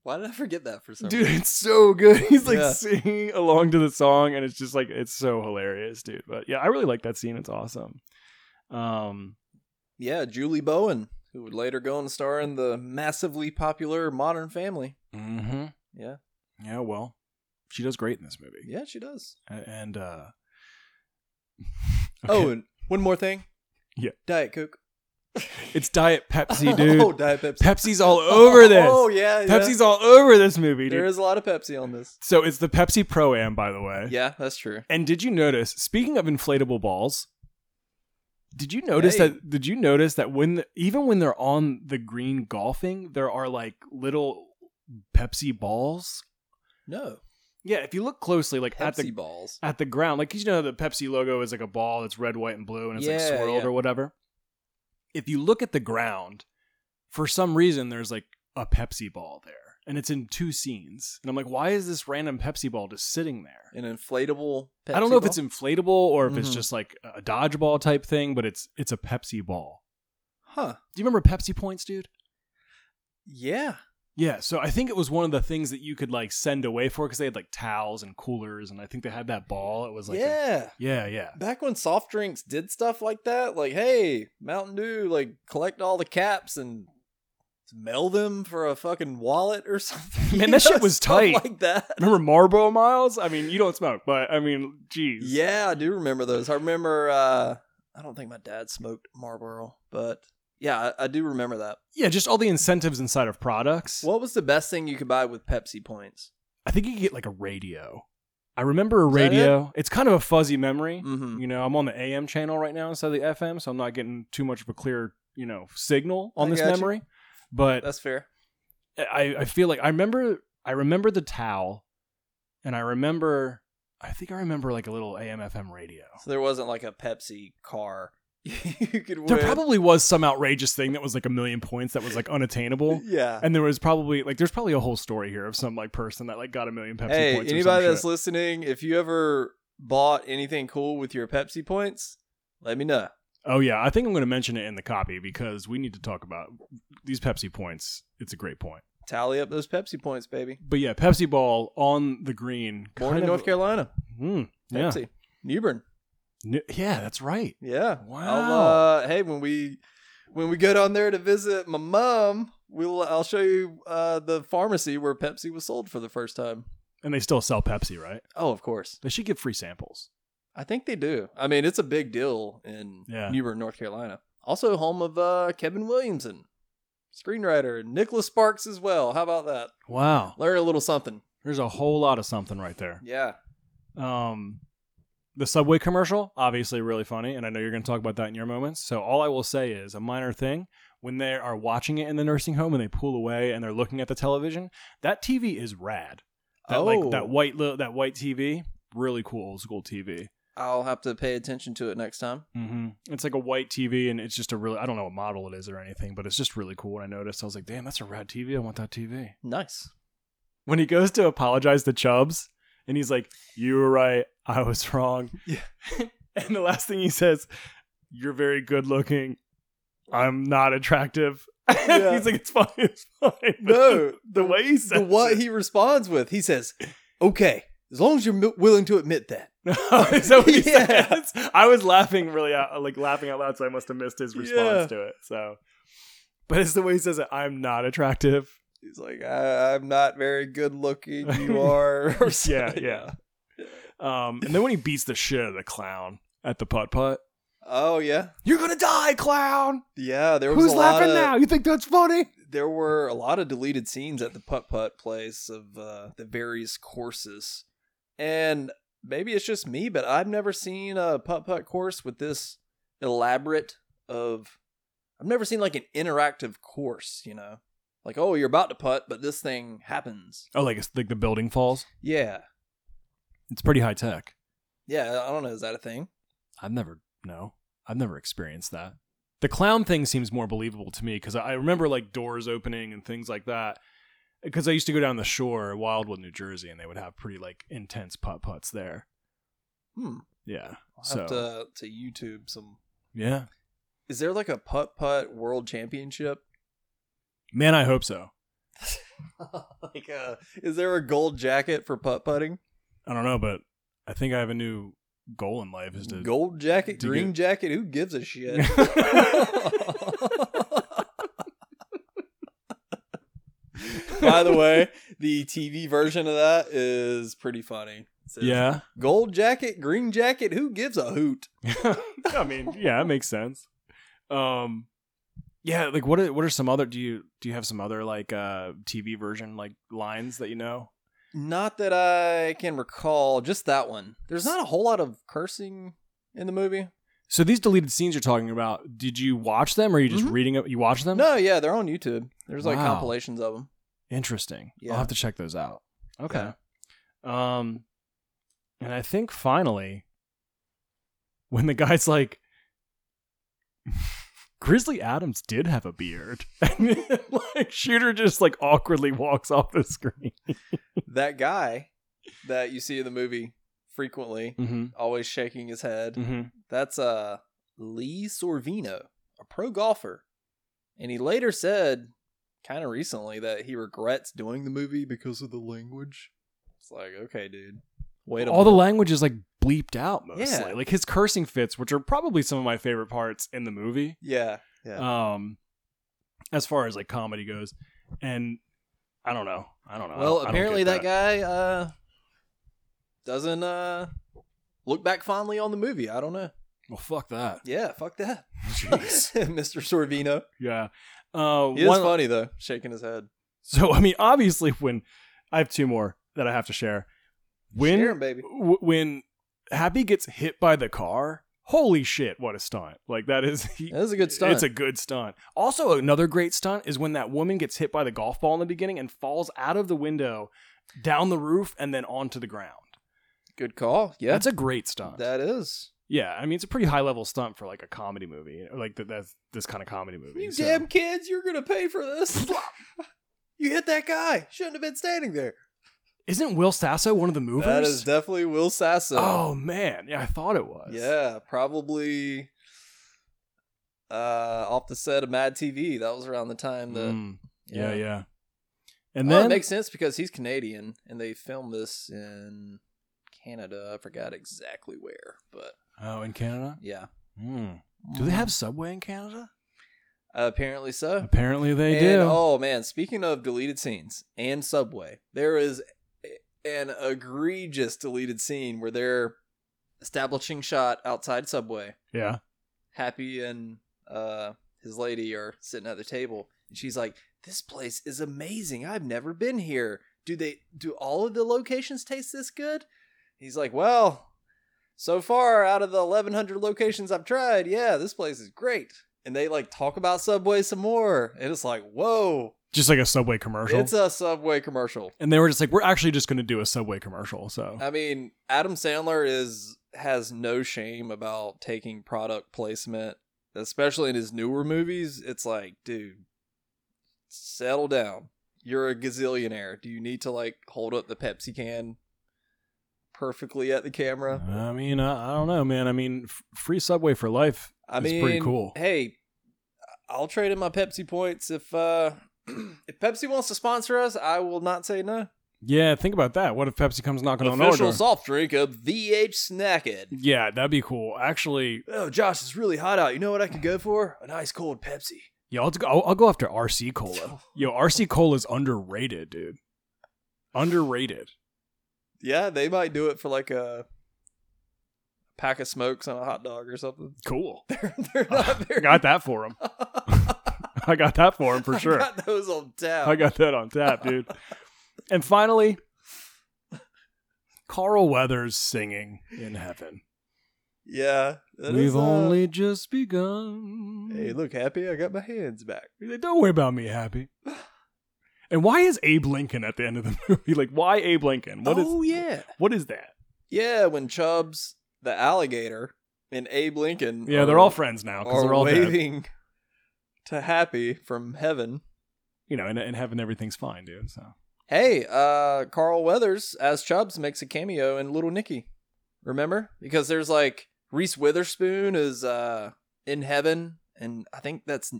Why did I forget that for some dude reason? it's so good <laughs> he's like Yeah. singing along to the song and it's just like it's so hilarious dude but yeah i really like that scene it's awesome um Yeah, Julie Bowen, who would later go and star in the massively popular Modern Family. mm-hmm. Yeah. yeah well she does great in this movie Yeah, she does. A- <laughs> and uh Oh, and one more thing. Yeah. Diet Coke. it's diet pepsi <laughs> dude oh, Diet Pepsi. <laughs> pepsi's all <laughs> over this Oh yeah, yeah. pepsi's all over this movie dude There is a lot of Pepsi on <laughs> this. So it's the Pepsi Pro Am, by the way. Yeah, that's true. And did you notice? Speaking of inflatable balls, did you notice Hey. that? Did you notice that when the, even when they're on the green golfing, there are like little Pepsi balls? No, Yeah, if you look closely, like at Pepsi the balls. at the ground, like 'cause you know how the Pepsi logo is like a ball that's red, white, and blue, and it's like Yeah, swirled yeah. or whatever. If you look at the ground, for some reason there's like a Pepsi ball there. And it's in two scenes. And I'm like, why is this random Pepsi ball just sitting there? An inflatable. Pepsi I don't know ball? if it's inflatable or if it's Mhm. just like a dodgeball type thing, but it's it's a Pepsi ball. Huh. Do you remember Pepsi points, dude? Yeah. Yeah, so I think it was one of the things that you could like send away for because they had like towels and coolers, and I think they had that ball. It was like, a- yeah. yeah, yeah, Back when soft drinks did stuff like that, like hey, Mountain Dew, like collect all the caps and mail them for a fucking wallet or <laughs> something. Man, You that shit know, was stuff tight. Like that. <laughs> Remember Marlboro Miles? I mean, you don't smoke, but I mean, geez, Yeah, I do remember those. I remember. uh I don't think my dad smoked Marlboro, but yeah, I, I do remember that. yeah, just all the incentives inside of products. What was the best thing you could buy with Pepsi points? I think you could get like a radio. I remember a Is that it? radio. It's kind of a fuzzy memory. Mm-hmm. You know, I'm on the AM channel right now instead of the FM, so I'm not getting too much of a clear, you know, signal on I this gotcha. memory. But That's fair. I, I feel like I remember I remember the towel, and I remember I think I remember like a little AM FM radio. So there wasn't like a Pepsi car <laughs> you could win. There probably was some outrageous thing that was like a million points that was like unattainable. <laughs> yeah. <laughs> And there was probably like there's probably a whole story here of some like person that like got a million Pepsi hey, points. or anybody some that's shit. listening, if you ever bought anything cool with your Pepsi points, let me know. Oh yeah, I think I'm going to mention it in the copy because we need to talk about these Pepsi points. It's a great point. Tally up those Pepsi points, baby. But yeah, Pepsi ball on the green. Born kind in of- North Carolina. Mm, yeah. Pepsi. Newbern. N- yeah, that's right. Yeah. Wow. I'll, uh, hey, when we when we go down there to visit my mom, we'll I'll show you uh, the pharmacy where Pepsi was sold for the first time. And they still sell Pepsi, right? Oh, of course. They should give free samples. I think they do. I mean, it's a big deal in Yeah. Newbern, North Carolina. Also home of uh, Kevin Williamson, screenwriter, and Nicholas Sparks as well. How about that? Wow, Learn a little something. there's a whole lot of something right there. Yeah. Um, the subway commercial, obviously really funny, and I know you're going to talk about that in your moments. So all I will say is a minor thing. When they are watching it in the nursing home and they pull away and they're looking at the television, that TV is rad. That like Oh. that white li- that white TV, really cool old school TV. I'll have to pay attention to it next time. Mm-hmm. It's like a white TV, and it's just a really I don't know what model it is or anything, but it's just really cool. And I noticed I was like, damn, that's a rad TV. I want that TV. <laughs> Nice. When he goes to apologize to Chubbs, and he's like, "You were right. I was wrong." <laughs> Yeah. <laughs> and the last thing he says, "You're very good looking. I'm not attractive." <laughs> Yeah. he's like, "It's fine. It's fine." No, <laughs> the way he The says what it- <laughs> he responds with, he says, "Okay, as long as you're mi- willing to admit that." No, is that what he <laughs> Yeah. says? I was laughing really out, like laughing out loud, so I must have missed his response Yeah. to it. So, but it's the way he says it. I'm not attractive. He's like, I- "I'm not very good looking. <laughs> You are." or Yeah, something. yeah. Um, and then when he beats the shit out of the clown at the putt putt, Oh yeah, you're gonna die, clown. yeah. There was Who's a lot laughing of- now? You think that's funny? There were a lot of deleted scenes at the putt putt place of uh, the various courses, and maybe it's just me, but I've never seen a putt putt course with this elaborate of. I've never seen like an interactive course, you know, like oh you're about to putt, but this thing happens. Oh, like it's like the building falls. Yeah, It's pretty high tech. yeah. I don't know. Is that a thing? I've never no, I've never experienced that. The clown thing seems more believable to me because I I remember like doors opening and things like that. Because I used to go down the shore, Wildwood, New Jersey, and they would have pretty like intense putt putts there. Hmm. Yeah. I'll so have to to YouTube some. yeah, Is there like a putt putt world championship? man, I hope so. <laughs> like, uh, is there a gold jacket for putt putting? I don't know, but I think I have a new goal in life is to Gold jacket, to green get- jacket. Who gives a <laughs> shit? By the way, the TV version of that is pretty funny. It says, yeah. gold jacket, green jacket. Who gives a hoot? <laughs> I mean, yeah, it makes sense. Um, yeah, like what are what are some other do you do you have some other like uh TV version like lines that you know? Not that I can recall. Just that one. There's not a whole lot of cursing in the movie. So these deleted scenes you're talking about, did you watch them or are you just Mhm. reading it? You watch them? No, yeah, they're on YouTube. There's like Wow. compilations of them. Interesting. Yeah. I'll have to check those out. Okay. Um, and I think finally, when the guy's like, <laughs> Grizzly Adams did have a beard, <laughs> and then, like Shooter just like awkwardly walks off the screen. that guy that you see in the movie <laughs> frequently, Mm-hmm. always shaking his head. Mm-hmm. That's uh Lee Sorvino, a pro golfer. And he later said kind of recently that he regrets doing the movie because of the language. It's like, okay, dude. Wait a all the minute. language is like bleeped out mostly. Yeah. Like his cursing fits, which are probably some of my favorite parts in the movie. Yeah. Yeah. Um, as far as like comedy goes, and I don't know, I don't know. well, I don't- I don't apparently that. get guy uh doesn't uh look back fondly on the movie. I don't know. Well, fuck <laughs> that. Yeah, fuck that. Jeez. <laughs> Mr. Sorvino. <laughs> yeah. Uh, He is one- funny though, shaking his head. <laughs> so I mean, obviously, when I have two more that I have to share. When Share 'em, baby. w- when Happy gets hit by the car, holy shit, what a stunt! Like that is <laughs> he, That is a good stunt. It's a good stunt. Also, another great stunt is when that woman gets hit by the golf ball in the beginning and falls out of the window, down the roof, and then onto the ground. good call. Yeah, That's a great stunt. that is. yeah, I mean it's a pretty high level stunt for like a comedy movie, or like th- that's this kind of comedy movie. You so- damn <laughs> kids, you're gonna pay for this. you hit that guy. Shouldn't have been standing there. Isn't Will Sasso one of the movers? That is definitely Will Sasso. oh man, yeah, I thought it was. yeah, probably uh, off the set of Mad TV. That was around the time that. Mm, yeah, yeah, And And then it makes sense because he's Canadian and they filmed this in Canada. I forgot exactly where, but oh, in Canada, yeah. Mm. do they have Subway in Canada? Uh, apparently so. Apparently they And, do. Oh man, speaking of deleted scenes and Subway, there is an egregious deleted scene where they're establishing shot outside Subway. yeah, Happy and uh, his lady are sitting at the table, and she's like, "This place is amazing. I've never been here. Do they do all of the locations taste this good?" He's like, "Well, so far out of the 1100 locations I've tried, yeah, this place is great." And they like talk about Subway some more, and it's like, "Whoa, just like a Subway commercial. it's a Subway commercial." and they were just like, we're actually just going to do a Subway commercial. So I mean, Adam Sandler is has no shame about taking product placement, especially in his newer movies. It's like, dude, settle down. You're a gazillionaire. Do you need to like hold up the Pepsi can perfectly at the camera? I mean, I, I don't know, man. I mean, f- free Subway for life. I It's mean, pretty cool. Hey, I'll trade in my Pepsi points if uh <clears throat> if Pepsi wants to sponsor us. I will not say no. Yeah, think about that. What if Pepsi comes knocking on our Official door? soft drink of VH Snacked. yeah, that'd be cool. Actually, Oh, Josh, it's really hot out. You know what I could go for? An ice cold Pepsi. yeah, I'll, I'll, I'll go after RC <laughs> Cola. Yo, RC Cola is underrated, dude. Underrated. Yeah, they might do it for like a pack of smokes on a hot dog or something. Cool. They're, <laughs> they're not <laughs> I very got that for <laughs> him. I got that for him for I sure. got those on tap. I got that on tap, dude. and finally, Carl Weathers singing in heaven. Yeah. <laughs> that We've is, uh, only just begun. Hey, look, happy. I got my hands back. He's like, don't worry about me, Happy. And why is Abe Lincoln at the end of the <laughs> movie? Like, why Abe Lincoln? What is oh yeah, what is that? yeah. When Chubbs, the alligator, and Abe Lincoln, Yeah, are, they're all friends now because are they're all dead. waving to Happy from heaven. You know, and, and heaven, everything's fine, dude. So Hey, uh Carl Weathers as Chubbs makes a cameo in Little Nicky. Remember? Because there's like Reese Witherspoon is uh in heaven and I think that's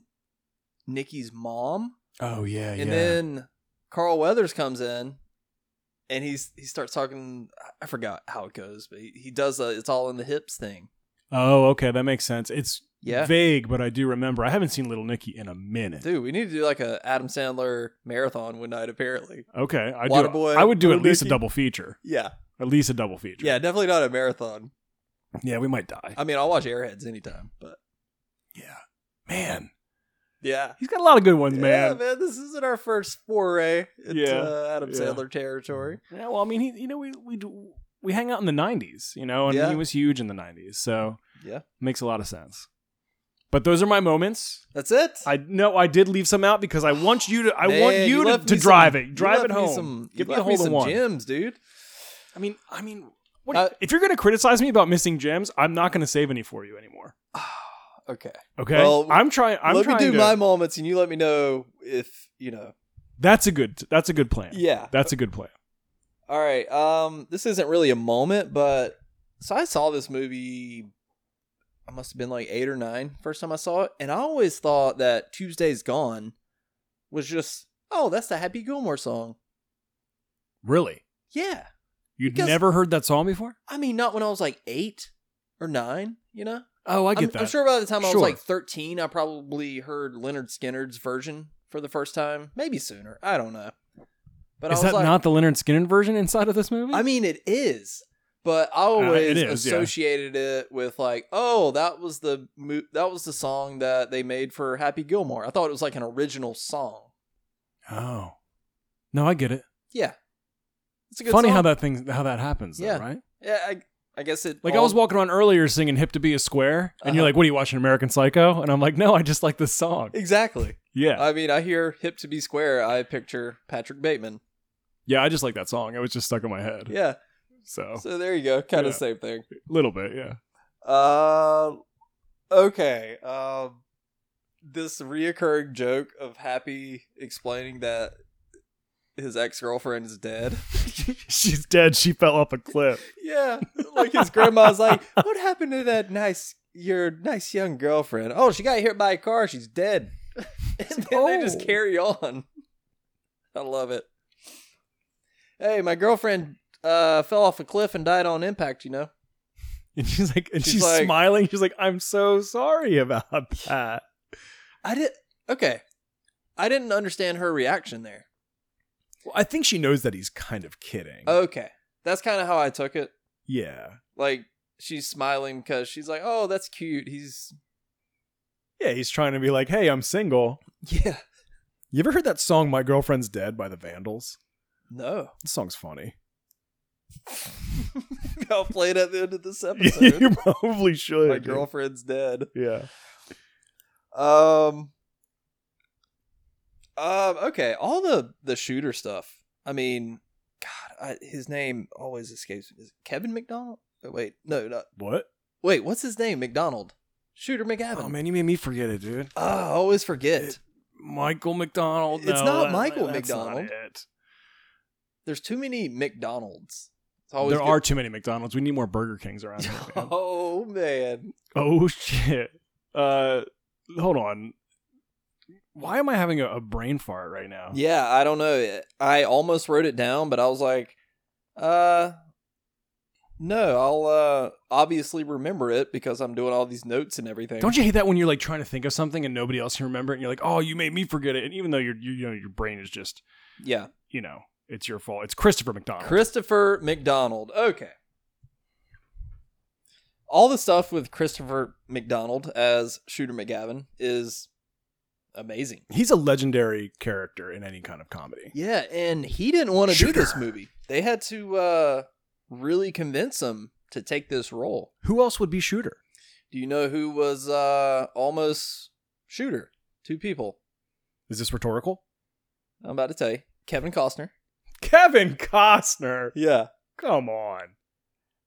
Nicky's mom. Oh yeah, And then Carl Weathers comes in and he's he starts talking I forgot how it goes, but he, he does a it's all in the hips thing. oh, okay, that makes sense. It's Yeah. vague, but I do remember. I haven't seen Little Nicky in a minute. Dude, we need to do like a Adam Sandler marathon one night apparently. Okay, I do. Waterboy, I would do at Little least a Nicky. double feature. Yeah. At least a double feature. Yeah, Uh, definitely not a marathon. yeah, we might die. I mean, I'll watch Airheads anytime, but yeah, man, yeah. he's got a lot of good ones, Yeah, <laughs> man. man, this isn't our first foray into Yeah. uh, Adam Yeah. Sandler territory. Yeah, well, I mean, he, you know, we we do, we hang out in the '90s, you know, and Yeah. he was huge in the '90s, so Yeah. makes a lot of sense. But those are my moments. That's it. I no, I did leave some out because I want you to. I Man, want you, to, left to me drive some- it, you drive left it me home. some- you Give me a left hold of some one. gems, dude. I mean, I mean, what, Uh, if you're going to criticize me about missing gems, I'm not going to save any for you anymore. okay, Okay, Well, I'm trying. I'm let me trying do to. my moments, and you let me know if you know. that's a good. That's a good plan. Yeah. that's a good plan. All right. Um, this isn't really a moment, but so I saw this movie. I must have been like eight or nine first time I saw it, and I always thought that Tuesday's Gone was just oh, that's the Happy Gilmore song. Really, Yeah, you'd Because- never heard that song before? I mean, not when I was like eight or nine, you know. Oh, I I'm, I'm sure by the time I Sure. was like 13, I probably heard Leonard Skinner's version for the first time. Maybe sooner. I don't know. But Is I was that like, not the Leonard Skinner version inside of this movie? Ah, I mean, it is. But I always it is, yeah. associated it with like, oh, that was the mo- that was the song that they made for Happy Gilmore. I thought it was like an original song. oh, no, I get it. Yeah, it's a good Funny song. how that thing how that happens, though, Yeah. right? Yeah, I, I guess it. Like I all- was walking around earlier singing "Hip to Be a Square," and you're Uh-huh. like, "What are you watching, American Psycho?" And I'm like, "No, I just like this song." exactly. Yeah, I mean, I hear "Hip to Be Square." I picture Patrick Bateman. yeah, I just like that song. It was just stuck in my head. <laughs> Yeah. So So there you go. Kind of Oh, Yeah. same thing. little bit, yeah. Uh, okay. Um, this reoccurring joke of Happy explaining that his ex girlfriend is dead. <laughs> <laughs> She's dead. She fell off a cliff. yeah, like his grandma's like, "What happened to that nice your nice young girlfriend? Oh, she got hit by a car. She's dead." <laughs> and then they just "Oh." carry on. <laughs> I love it. Hey, my girlfriend uh, fell off a cliff and died on impact. You know. And she's like, and She's she's, like- smiling. She's like, I'm so sorry about that. I did okay. I didn't understand her reaction there. Well, I think she knows that he's kind of kidding. Okay, that's kind of how I took it. yeah. Like she's smiling because she's like, "Oh, that's cute." He's Yeah, he's trying to be like, hey, I'm single. yeah, You ever heard that song, My Girlfriend's Dead by the Vandals? no. <laughs> That song's funny. I'll play it at the end of this episode. <laughs> you probably should. My dude. girlfriend's dead. Yeah. Um. Um. Okay. All the the shooter stuff. I mean, God, I, his name always escapes me. Is it Kevin McDonald? Oh, wait, no, not What? wait. What's his name? McDonald. Shooter McGavin. Oh man, you made me forget it, dude. Ah, I always forget. Michael McDonald. It's No, not that- Michael that's not McDonald. it. There's too many McDonald's. It's always <laughs> there are too many McDonald's. We need more Burger Kings around good- <laughs> here. man. Oh man. oh <laughs> shit. Uh, hold on. Why am I having a, a brain fart right now? Yeah, I don't know. I almost wrote it down, but I was like, uh no, I'll uh obviously remember it because I'm doing all these notes and everything. Don't you hate that when you're like trying to think of something and nobody else can remember it, and you're like, "Oh, you made me forget it," and even though you're, you you know your brain is just Yeah. you Oh. know it's your fault. It's Christopher McDonald. Christopher McDonald. Okay. All the stuff with Christopher McDonald as Shooter McGavin is amazing. He's a legendary character in any kind of comedy. Yeah, and he didn't want to do this Shooter. movie. They had to uh, really convince him to take this role. Who else would be Shooter? Do you know who was uh, almost shooter? Two people. Is this rhetorical? I'm about to tell you. Kevin Costner. Kevin Costner. Yeah. Come on.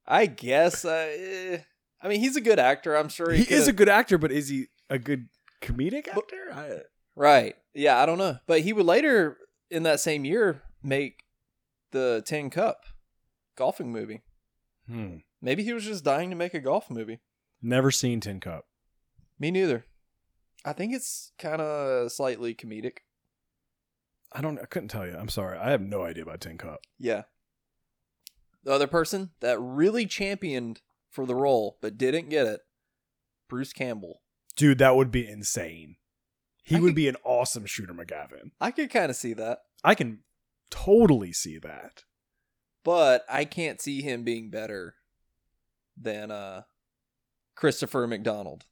I guess. Uh, eh, I mean, he's a good actor. I'm sure he, He is a could've- good actor, but is he a good comedic But- actor? I, right. Yeah, I don't know, but he would later in that same year make the Tin Cup golfing movie. hmm. Maybe he was just dying to make a golf movie. Never seen Tin Cup. Me neither. I think it's kind of slightly comedic. I don't. I couldn't tell you. I'm sorry. I have no idea about Tin Cup. Yeah. The other person that really championed for the role but didn't get it, Bruce Campbell. Dude, that would be insane. He I would could- be an awesome Shooter McGavin. I could kind of see that, I can totally see that. but I can't see him being better than uh Christopher McDonald.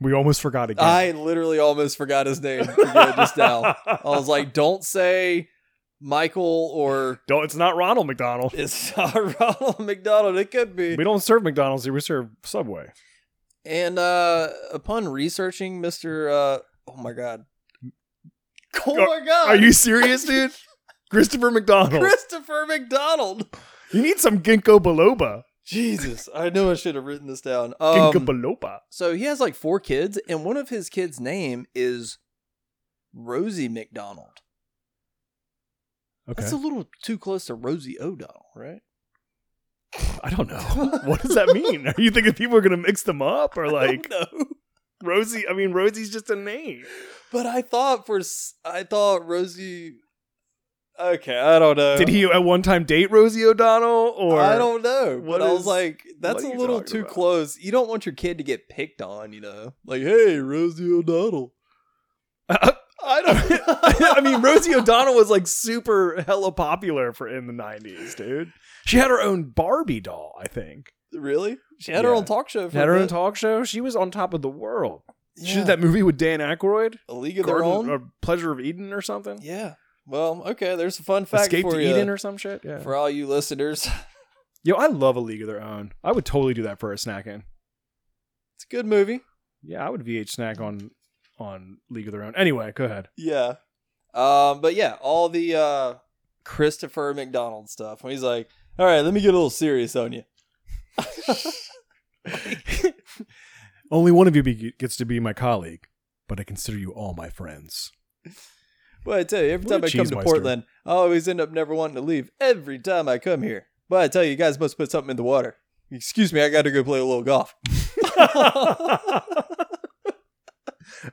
We almost forgot again. <laughs> I literally almost forgot his name again <laughs> just now. I was like, don't say Michael or <laughs> don't. It's not Ronald McDonald. it's not Ronald McDonald. It could be. We don't serve McDonald's here. We serve Subway. And uh upon researching Mr. Uh, oh my god. Oh Are- my god. Are you <laughs> serious, <laughs> dude? Christopher McDonald. Christopher McDonald. you need some ginkgo biloba. Jesus, I knew I should have written this down. Ginkgo Um, biloba. so he has like four kids, and one of his kids' name is Rosie McDonald. Okay. That's a little too close to Rosie O'Donnell, <laughs> <laughs> right? I don't know. what does that mean? Are you thinking people are going to mix them up or like no. Rosie? I mean, Rosie's just a name. But I thought for s- I thought Rosie. Okay, I don't know. Did he at one time date Rosie O'Donnell or I don't know. what but I was is- like, that's what a are you little talking too about? close. You don't want your kid to get picked on, you know? Like, hey, Rosie O'Donnell. I <laughs> don't. I mean, Rosie O'Donnell was like super hella popular for in the '90s, dude. She had her own Barbie doll, I think. <laughs> Really? She had her Yeah. own talk show. For Had a her own bit. talk show. She was on top of the world. She Yeah. did that movie with Dan Aykroyd, A League of Their Own. Garden or Pleasure of Eden or something. Yeah. Well, okay. There's a fun fact Escape for to you, Eden or some shit. Yeah. for all you listeners. <laughs> Yo, I love A League of Their Own. I would totally do that for a snacking. It's a good movie. Yeah, I would VH snack on on League of Their Own. Anyway, go ahead. Yeah. Um, but yeah, all the uh, Christopher McDonald stuff. When he's like, "All right, let me get a little serious on you." Only one of you be, gets to be my colleague, but I consider you all my friends. But I tell you, every What a time I come to cheesemeister. Portland, I always end up never wanting to leave. Every time I come here. But I tell you, you guys must put something in the water. Excuse me, I got to go play a little golf. <laughs> I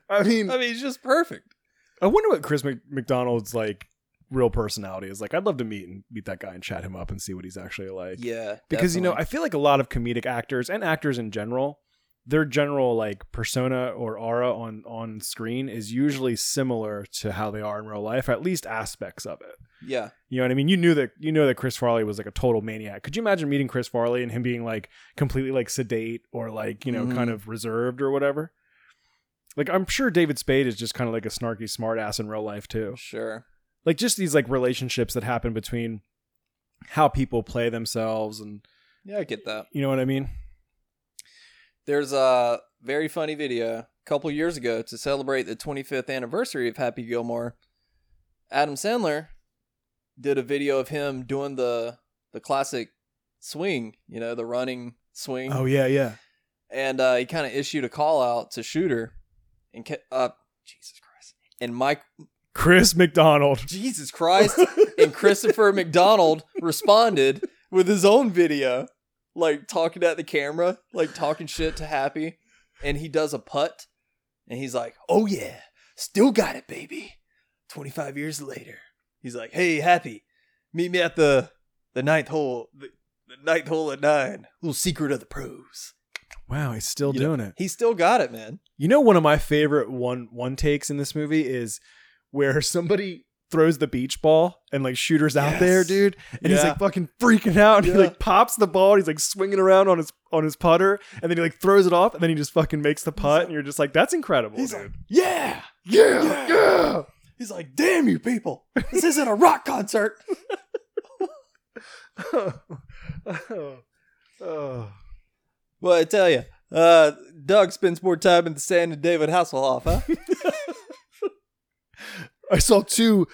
I mean, mean, it's just perfect. I wonder what Chris Mc- McDonald's like real personality is like. I'd love to meet and meet that guy and chat him up and see what he's actually like. Yeah, because you know, I feel like a lot of comedic actors and actors in general, their general like persona or aura on on screen is usually similar to how they are in real life, at least aspects of it. yeah, You know what I mean? You knew that you know that Chris Farley was like a total maniac. Could you imagine meeting Chris Farley and him being like completely like sedate or like, you know, Mhm. kind of reserved or whatever? Like I'm sure David Spade is just kind of like a snarky smartass in real life too. sure. Like just these like relationships that happen between how people play themselves and Yeah, I get that. you know what I mean? There's a very funny video a couple years ago to celebrate the 25th anniversary of Happy Gilmore. Adam Sandler did a video of him doing the the classic swing, you know, the running swing. Oh yeah, yeah. and uh, he kind of issued a call out to Shooter and ca- uh, Jesus Christ and Mike Chris McDonald. Jesus Christ <laughs> and Christopher McDonald responded with his own video, like talking at the camera, like talking shit to Happy, and he does a putt, and he's like, "Oh yeah, still got it, baby." Twenty five years later, he's like, "Hey, Happy, meet me at the the ninth hole." The, the ninth hole at nine. Little secret of the pros. Wow, he's still You know- doing it. He still got it, man. You know, one of my favorite one one takes in this movie is where <laughs> somebody throws the beach ball and like shooters out Yes. there, dude, and he's Yeah. like fucking freaking out, and he Yeah. like pops the ball, and he's like swinging around on his on his putter, and then he like throws it off, and then he just fucking makes the putt, and you're just like, that's incredible, He's dude. like, yeah, yeah, yeah, He's like, damn you people, this isn't a rock concert. <laughs> Oh. Well, I tell you, uh, Doug spends more time in the sand than David Hasselhoff, <laughs> huh? I saw two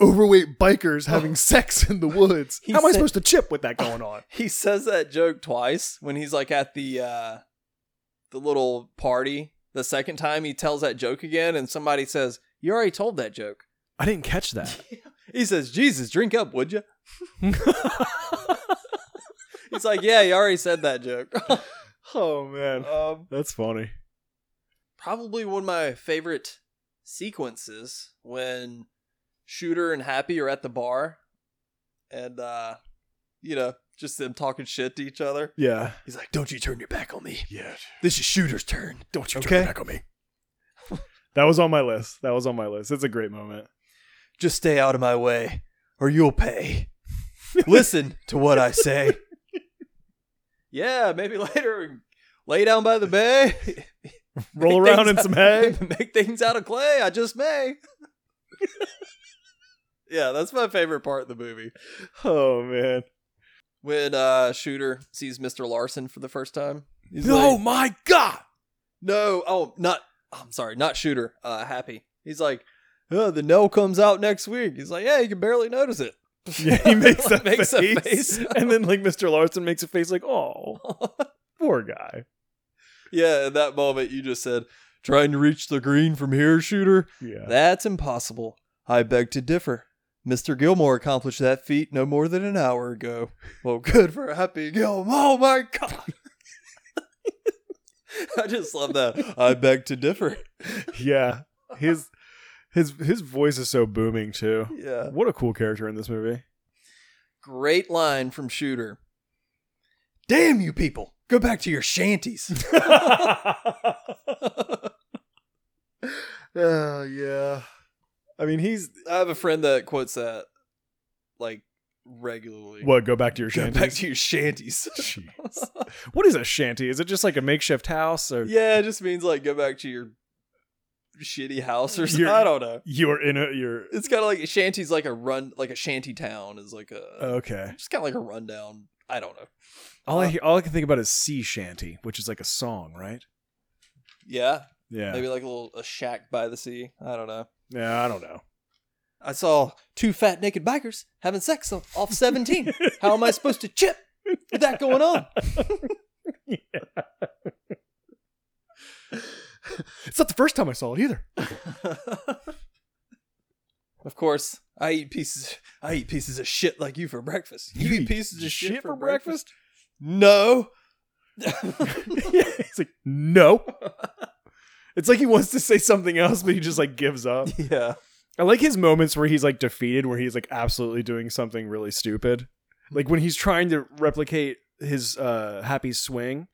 overweight bikers having sex in the woods. Oh. He How am I said- supposed to chip with that going on? he says that joke twice when he's like at the uh, the little party. The second time he tells that joke again, and somebody says, "You already told that joke." I didn't catch that. He says, "Jesus, drink up, would <laughs> you?" He's like, "Yeah, you already said that <laughs> joke." oh man, um, that's funny. probably one of my favorite sequences when Shooter and Happy are at the bar and uh you know, just them talking shit to each other. Yeah, He's like, Don't you turn your back on me. Yeah. This is Shooter's turn. Don't you Okay. turn your back on me. <laughs> that was on my list. That was on my list. It's a great moment. Just stay out of my way, or you'll <laughs> pay. Listen to what I say. <laughs> yeah, maybe later we can lay down by the bay. <laughs> Roll Make around in things some out- hay. <laughs> Make things out of clay. I just may. <laughs> yeah, that's my favorite part of the movie. Oh man. When uh Shooter sees Mr. Larson for the first time. He's No, like, my God. no, oh not I'm sorry, not Shooter, uh Happy. He's like, oh, the no comes out next week. He's like, Yeah, you can barely notice it. <laughs> <laughs> Yeah, he makes that Makes a face, face. <laughs> and then like Mr. Larson makes a face like, "Oh, poor guy." yeah, in that moment you just said, trying to reach the green from here, Shooter. Yeah, <laughs> That's impossible. I beg to differ. Mr. Gilmore accomplished that feat no more than an hour ago. Well, good for Happy Gilmore. Oh my God. <laughs> I just love that. I beg to differ. <laughs> yeah. His his his voice is so booming too. Yeah. What a cool character in this movie. Great line from Shooter. Damn you people. Go back to your shanties. <laughs> Oh yeah. I mean, he's I have a friend that quotes that like regularly. what? Go back to your Go back shanty. to your shanties. <laughs> what is a shanty? Is it just like a makeshift house, or yeah, it just means like go back to your shitty house or something. Your- I don't know. you're in a you're It's kind of like shanty's like a run like a shanty town is like a okay? just kind of like a rundown. I don't know. All Uh, I hear, all I can think about is sea shanty, which is like a song, right? Yeah, Yeah. maybe like a little a shack by the sea. I don't know. Yeah, I don't know. I saw two fat naked bikers having sex o- off <laughs> seventeen. How am I supposed to chip with that going on? It's not the first time I saw it either. My <laughs> Of course, I eat pieces. I eat pieces of shit like you for breakfast. You, eat pieces of shit, for breakfast? No. <laughs> He's like, no. It's like he wants to say something else, but he just like gives up. <laughs> yeah. I like his moments where he's like defeated, where he's like absolutely doing something really stupid. Like when he's trying to replicate his uh happy swing.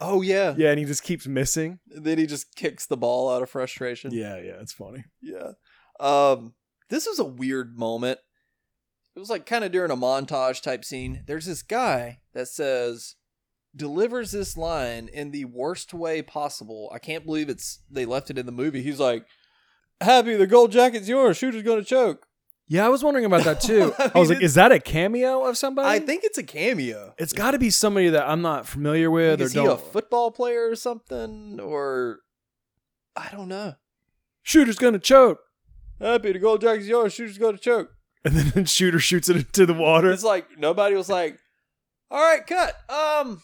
Oh yeah. Yeah, and he just keeps missing. Then he just kicks the ball out of frustration. Yeah, yeah, it's funny. Yeah. Um, this was a weird moment. It was like kind of during a montage type scene. There's this guy that says, delivers this line in the worst way possible. I can't believe it's they left it in the movie. He's like, Happy, the gold jacket's yours. Shooter's gonna choke. Yeah, I was wondering about <laughs> that too. I, I was mean, like, is that a cameo of somebody? I think it's a cameo. it's got to be somebody that I'm not familiar with or Is he a don't. football player or something? Or I don't know. Shooter's gonna choke. Happy, the gold jacket's yours. Shooter's gonna choke. And then <laughs> the shooter shoots it into the water. It's like nobody was like, "All right, cut. Um,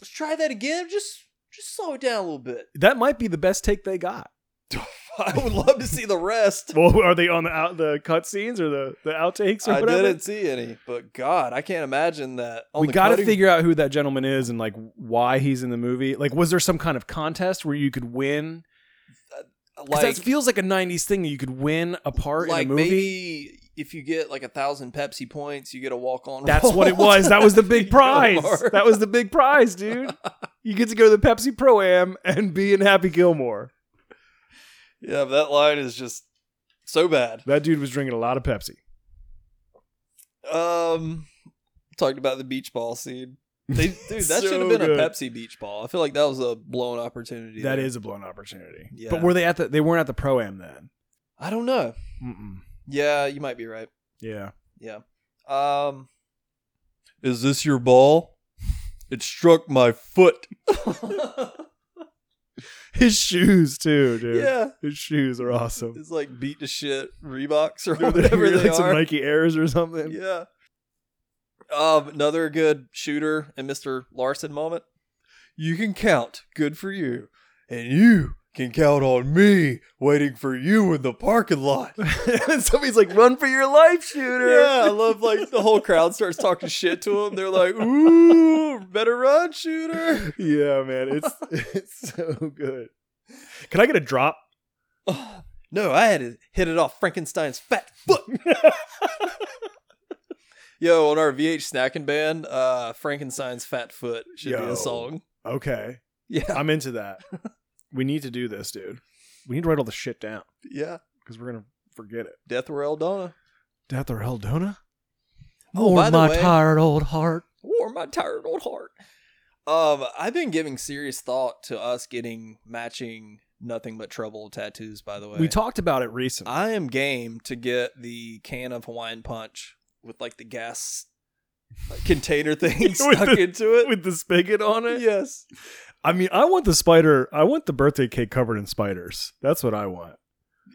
let's try that again. Just just slow it down a little bit." <laughs> That might be the best take they got. I would love to see the rest. <laughs> Well, are they on the out the cut scenes or the, the outtakes or I whatever? didn't see any, but God, I can't imagine that. On we the got to cutting- figure out who that gentleman is and like why he's in the movie. Like, was there some kind of contest where you could win? 'Cause like that feels like a '90s thing that you could win a part like in a movie. maybe <laughs> if you get like a thousand Pepsi points, you get a walk on. That's what it was. That was the <laughs> big prize. Gilmore. That was the big <laughs> prize, dude. You get to go to the Pepsi Pro Am and be in Happy Gilmore. yeah, but that line is just so bad. That dude was drinking a lot of Pepsi. Um, talked about the beach ball scene. <laughs> They, dude, that should have So been a good. Pepsi beach ball. I feel like that was a blown opportunity. That there. is a blown opportunity. Yeah. But were they at the? They weren't at the Pro Am then. I don't know. Mm-mm. Yeah, you might be right. <laughs> Yeah. Yeah. Um Is this your ball? It struck my foot. His shoes too, dude. <laughs> yeah. His shoes are awesome. It's like beat to shit Reeboks <laughs> or They're- whatever they're they like some are. Nike Airs or something. yeah. Um, another good shooter and Mr. Larson moment. You can count. Good for you. And you can count on me waiting for you in the parking lot. <laughs> and somebody's like, "Run for your life, shooter!" Yeah, I love like the whole crowd starts talking shit to him. They're like, "Ooh, better run, shooter!" <laughs> Yeah, man. It's it's so good. <laughs> Can I get a drop? Oh, no, I had to hit it off Frankenstein's fat foot. <laughs> Yo, on our VH snacking band, uh, Frankenstein's fat foot should be Yo. a song. Okay. Yeah, I'm into that. we need to do this, dude. We need to write all the shit down yeah. because we're gonna forget it. Death or Eldona. Death or Heldona? Oh, by the way, tired old heart. warm my tired old heart. Um, I've been giving serious thought to us getting matching nothing but trouble tattoos. By the way, We talked about it recently. I am game to get the can of Hawaiian Punch with like the gas like, container <laughs> thing With stuck the- into it. with the spigot on it. yes. I mean, I want the spider. I want the birthday cake covered in spiders. That's what I want.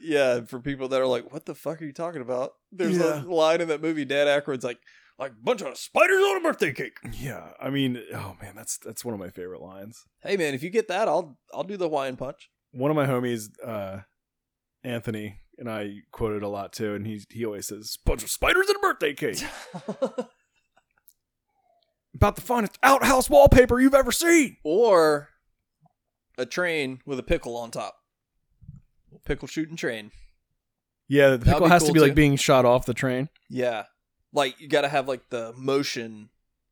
Yeah, and for people that are like, "What the fuck are you talking about?" There's a Yeah. line in that movie. Dan Aykroyd's like, "Like bunch of spiders on a birthday cake." Yeah. I mean, oh man, that's that's one of my favorite lines. Hey man, if you get that, I'll I'll do the Hawaiian <laughs> punch. One of my homies, uh, Anthony, and I quoted a lot too, and he he always says, "Bunch of spiders in a birthday cake." <laughs> About the finest outhouse wallpaper you've ever seen. or a train with a pickle on top. Pickle shooting train. Yeah, the That'd pickle be has cool, to be too. like being shot off the train. Yeah. Like you got to have like the motion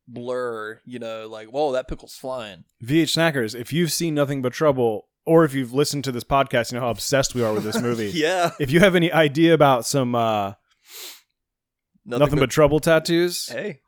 blur, you know, like, "Whoa, that pickle's flying." VH Snackers, if you've seen Nothing But Trouble, or if you've listened to this podcast, you know how obsessed we are with <laughs> this movie. yeah. If you have any idea about some uh, Nothing, but, Trouble tattoos, Hey,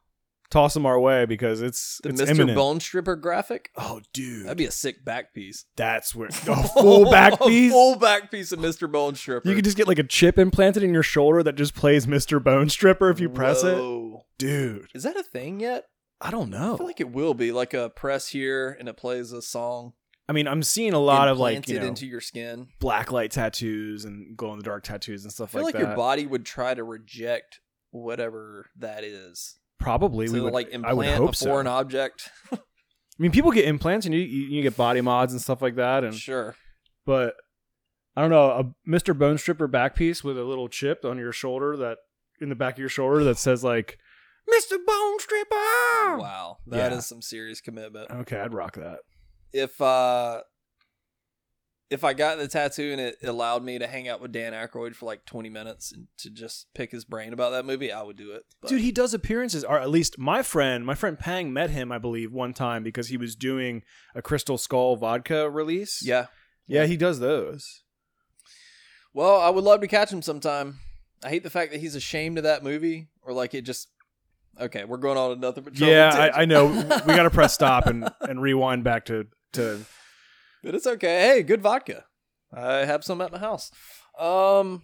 toss them our way because it's the it's Mr. imminent. Bone Stripper graphic. oh, dude, That'd be a sick back piece. that's <laughs> where a full back A piece. full back piece of Mr. Bone Stripper. You could just get like a chip implanted in your shoulder that just plays Mr. Bone Stripper if you press it, Whoa. dude. Is that a thing yet? I don't I Oh. feel know. like it will be like a press here and it plays a song. I mean, I'm seeing a lot of like implanted you know into your skin. black light tattoos and glow in the dark tattoos and I stuff feel like, that. your body would try to reject whatever that is. Probably So we would like I would implant hope a foreign so. object. I mean, people get implants and you you you get body mods and stuff like that, and sure. but I don't know, a Mr. Bone Stripper back piece with a little chip on your shoulder that in the back of your shoulder that says like Mr. Bone Stripper. Wow, that is Yeah. Um, some serious commitment. Okay, I'd rock that. If uh, if I got the tattoo and it allowed me to hang out with Dan Aykroyd for like twenty minutes and to just pick his brain about that movie, I would do it. But Dude, he does appearances, or at least my friend, my friend Pang met him, I believe, one time because he was doing a Crystal Skull vodka release. yeah. Yeah, he does those. Well, I would love to catch him sometime. I hate the fact that he's ashamed of that movie, or like it just. Okay, we're going on another. patrol yeah, tangent. I, <laughs> I <laughs> know. we got to press stop and, and rewind back to, to But it's okay. Hey, good vodka. I have some at my house. Um,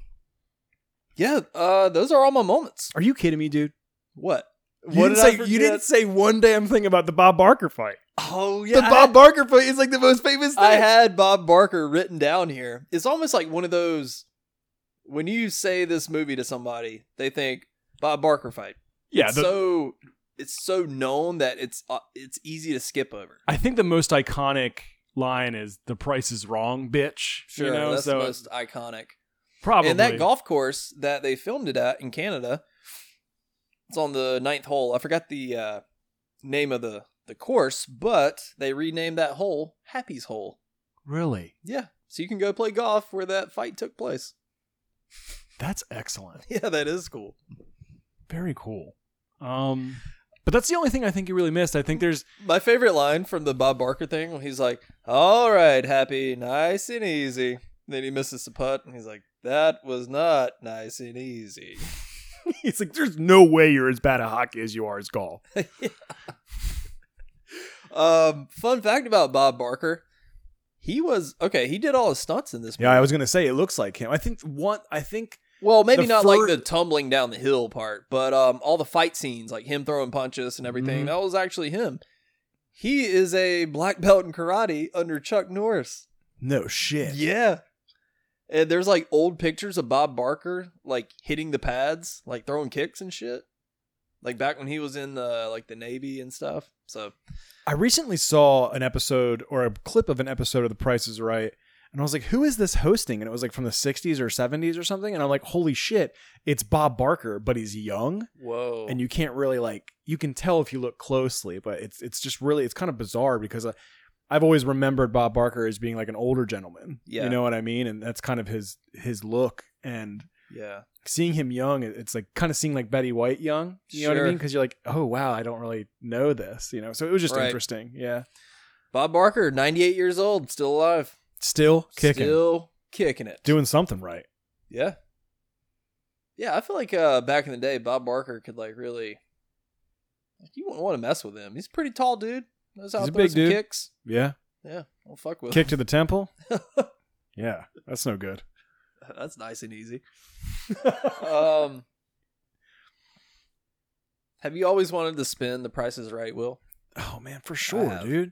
yeah. Uh, those are all my moments. Are you kidding me, dude? What? You, what didn't did I say, you forget? didn't say one damn thing about the Bob Barker fight. Oh yeah. The I Bob Barker fight is like the most famous thing. I had Bob Barker written down here. It's almost like one of those when you say this movie to somebody, they think Bob Barker fight. Yeah, It's the, so it's so known that it's uh, it's easy to skip over. I think the most iconic line is "The price is wrong, bitch." Sure, you know, that's so the most iconic. probably And that golf course that they filmed it at in Canada, it's on the ninth hole. I forgot the uh, name of the the course, but they renamed that hole Happy's Hole. really Yeah, so you can go play golf where that fight took place. <laughs> that's excellent, Yeah, that is cool. very cool. Um, but that's the only thing I think you really missed. I <laughs> think there's My favorite line from the Bob Barker thing when he's like, "All right, happy, nice and easy." Then he misses the putt, and he's like, "That was not nice and easy." It's like there's no way you're as bad at hockey as you are as golf. Um, fun fact about Bob Barker: he was okay. He did all his stunts in this. Yeah, movie. I was gonna say it looks like him. I think one. I think Well, maybe the not like fir- the tumbling down the hill part, but um, all the fight scenes, like him throwing punches and everything, Mm-hmm. Mhm. that was actually him. He is a black belt in karate under Chuck Norris. no shit. Yeah. And there's like old pictures of Bob Barker like hitting the pads, like throwing kicks and shit. Like back when he was in the like the Navy and stuff. So I recently saw an episode or a clip of an episode of The Price Is Right, and I was like, "Who is this hosting?" And it was like from the '60s or '70s or something, and I'm like, "Holy shit, it's Bob Barker, but he's young, Whoa. and you can't really like you can tell if you look closely, but it's it's just really it's kind of bizarre because I, I've always remembered Bob Barker as being like an older gentleman. Yeah. you know what I mean, and that's kind of his his look and. Yeah. seeing him young, it- it's like kind of seeing like Betty White young. You know what Sure. I mean? Because you're like, oh wow, I don't really know this. You know, so it was just Right. interesting. Yeah, Bob Barker, ninety eight years old, still alive. still kicking, Still kicking it. doing something right. Yeah. Yeah, I feel like uh back in the day Bob Barker could like really like, you wouldn't want to mess with him. He's a pretty tall dude. Knows how He's to a throw big some dude. kicks. <laughs> Yeah, Yeah. Don't fuck with kick to the <laughs> temple. yeah, that's no good. him. <laughs> That's nice and <laughs> easy. um, have you always wanted to spin The Price Is Right? Will Oh man, for sure, have. dude.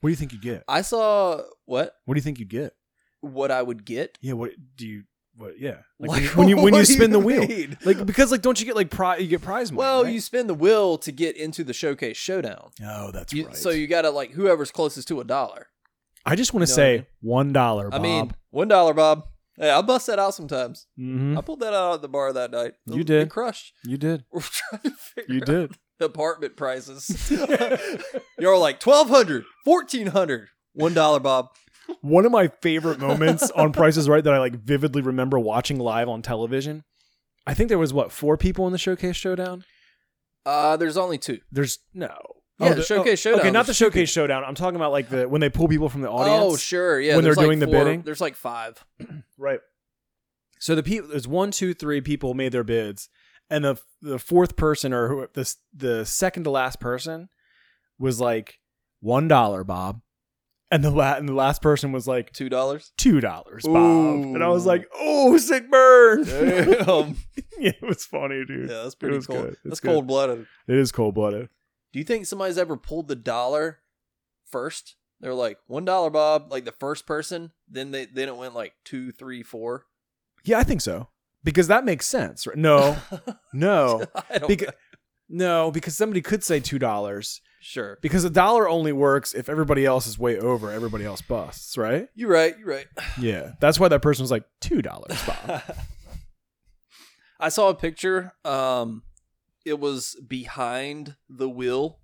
What do you think you get? I saw what What do you think you get? what I would get Yeah, what do you? What? Yeah, like, <laughs> when you when you, when you what do spin the wheel, mean? like because like don't you get like prize? You get prize money. Well, right? you spin the wheel to get into the showcase showdown. Oh, that's You- right. So you got to like whoever's closest to a dollar. I just want know to what I mean? say one dollar. I mean, one dollar, Bob. Hey, I bust that out sometimes. mm-hmm. I pulled that out at the bar that night. You It did. crushed. <laughs> you did, We're trying to figure <laughs> you out did. apartment prices. <laughs> You're like 1200 1400 One dollar, Bob. One of my favorite moments on Price is Right that I like vividly remember watching live on television. I think there was what four people in the showcase showdown. Uh, there's only two. There's no. Yeah, the Showcase Showdown, Okay, not there's the showcase showdown. I'm talking about like the when they pull people from the Oh, audience. sure, yeah. when they're there's like doing the four- bidding? there's like five. right. So the people there's one, two, three people made their bids, and the the fourth person or who the s- the second to last person was like one dollar, Bob, and the la- and the last person was like Two <laughs> dollars. two dollars, Bob, Ooh. and I was like, oh, sick burn. Damn. <laughs> yeah, it was funny, dude. Um, yeah, that's pretty was cold. good. It's That's good. cold blooded. It is cold blooded. Do you think somebody's ever pulled the dollar first? They're like one dollar, Bob. Like the first person, then they then it went like two, three, four. <laughs> <laughs> Yeah, I think so because that makes sense. Right? No, no, <laughs> I don't. because No, because somebody could say two dollars Sure. because a dollar only works if everybody else is way over. Everybody else busts, right? You're right. You're right. Yeah, that's why that person was like two dollars, Bob. <laughs> I saw a picture. Um, it was behind the wheel,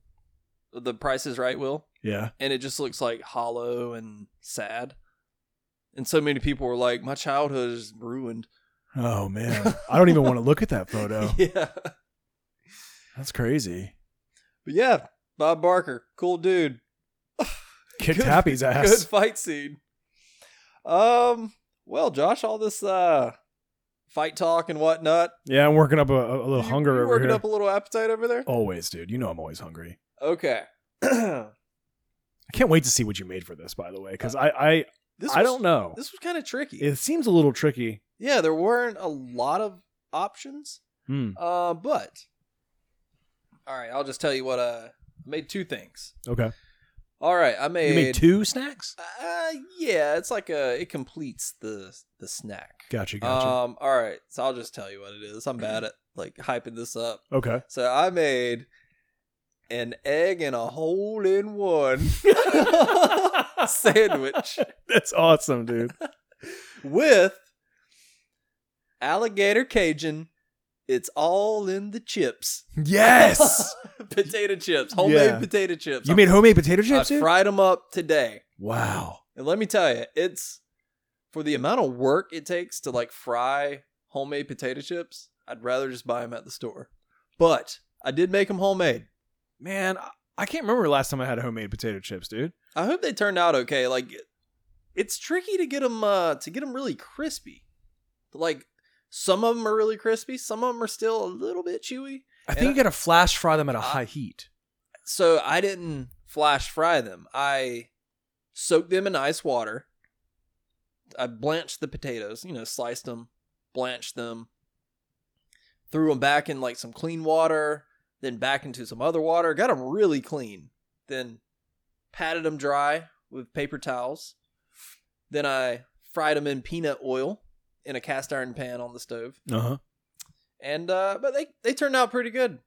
the Price is Right wheel, <laughs> yeah, and it just looks like hollow and sad. And so many people were like, "My childhood is ruined." Oh <laughs> man, I don't even want to look at that photo. <laughs> Yeah, but That's crazy. yeah, Bob Barker, cool dude. Kicked Good- Happy's good ass. fight scene. Um, well, Josh, all this uh fight talk and whatnot. Yeah, I'm working up a, a little you- hunger you over working here. up a little appetite over there. always, dude. You know I'm always hungry. Okay, <clears throat> I can't wait to see what you made for this, by the way, because I I this I was- don't know. This was kind of tricky. It seems a little tricky. yeah, there weren't a lot of options. Hmm. Uh, but all right, I'll just tell you what uh, I made two things. Okay. All right, I made, You made two snacks? Uh, yeah, it's like a it completes the the snack. Gotcha. Gotcha. Um, all right, so I'll just tell you what it is. I'm bad at like hyping this up. okay. <laughs> So I made an egg and a hole in one <laughs> sandwich That's awesome, dude. with alligator Cajun. It's all in the chips. <laughs> Yes. potato chips, homemade Yeah. potato chips. you made homemade potato chips, I dude. fried them up today, wow. and let me tell you, it's for the amount of work it takes to like fry homemade potato chips. I'd rather just buy them at the store, but I did make them homemade. Man, I- I can't remember the last time I had homemade potato chips, dude. I hope they turned out okay. Like, it's tricky to get them uh, to get them really crispy. Like, some of them are really crispy. Some of them are still a little bit chewy. I And think you gotta flash fry them at a I- high heat. So I didn't flash fry them. I soaked them in ice water. I blanched the potatoes. You know, sliced them, blanched them, threw them back in like some clean water, then back into some other water. Got them really clean. Then patted them dry with paper towels. Then I fried them in peanut oil in a cast iron pan on the stove. Uh huh. And uh but they they turned out pretty good.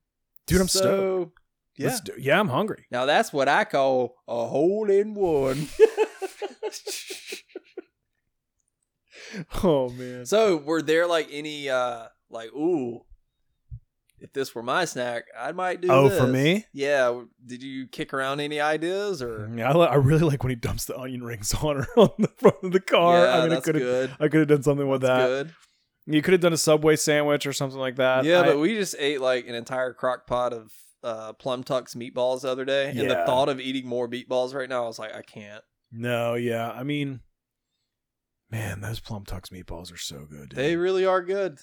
Dude, I'm so, stoked. Yeah. Let's do- yeah, I'm <laughs> hungry. Now that's what I call a hole in <laughs> one. Oh man. so were there like any uh like ooh if this were my snack, I might do Oh, for this. me? Mm-hmm. Yeah, w- did you kick around any ideas or Yeah, I, li- I really like when he dumps the onion rings <laughs> on her on the front of the car. Yeah, I mean, I that's could have, good. I could have done something with That's that. good. You could have done a Subway sandwich or something like that. yeah, I- but we just ate like an entire crock pot of uh, plum tucks meatballs the other day, and the Yeah. thought of eating more meatballs right now, I was like, I can't. no, yeah. I mean, man, those plum tucks meatballs are so good. dude. They really are good.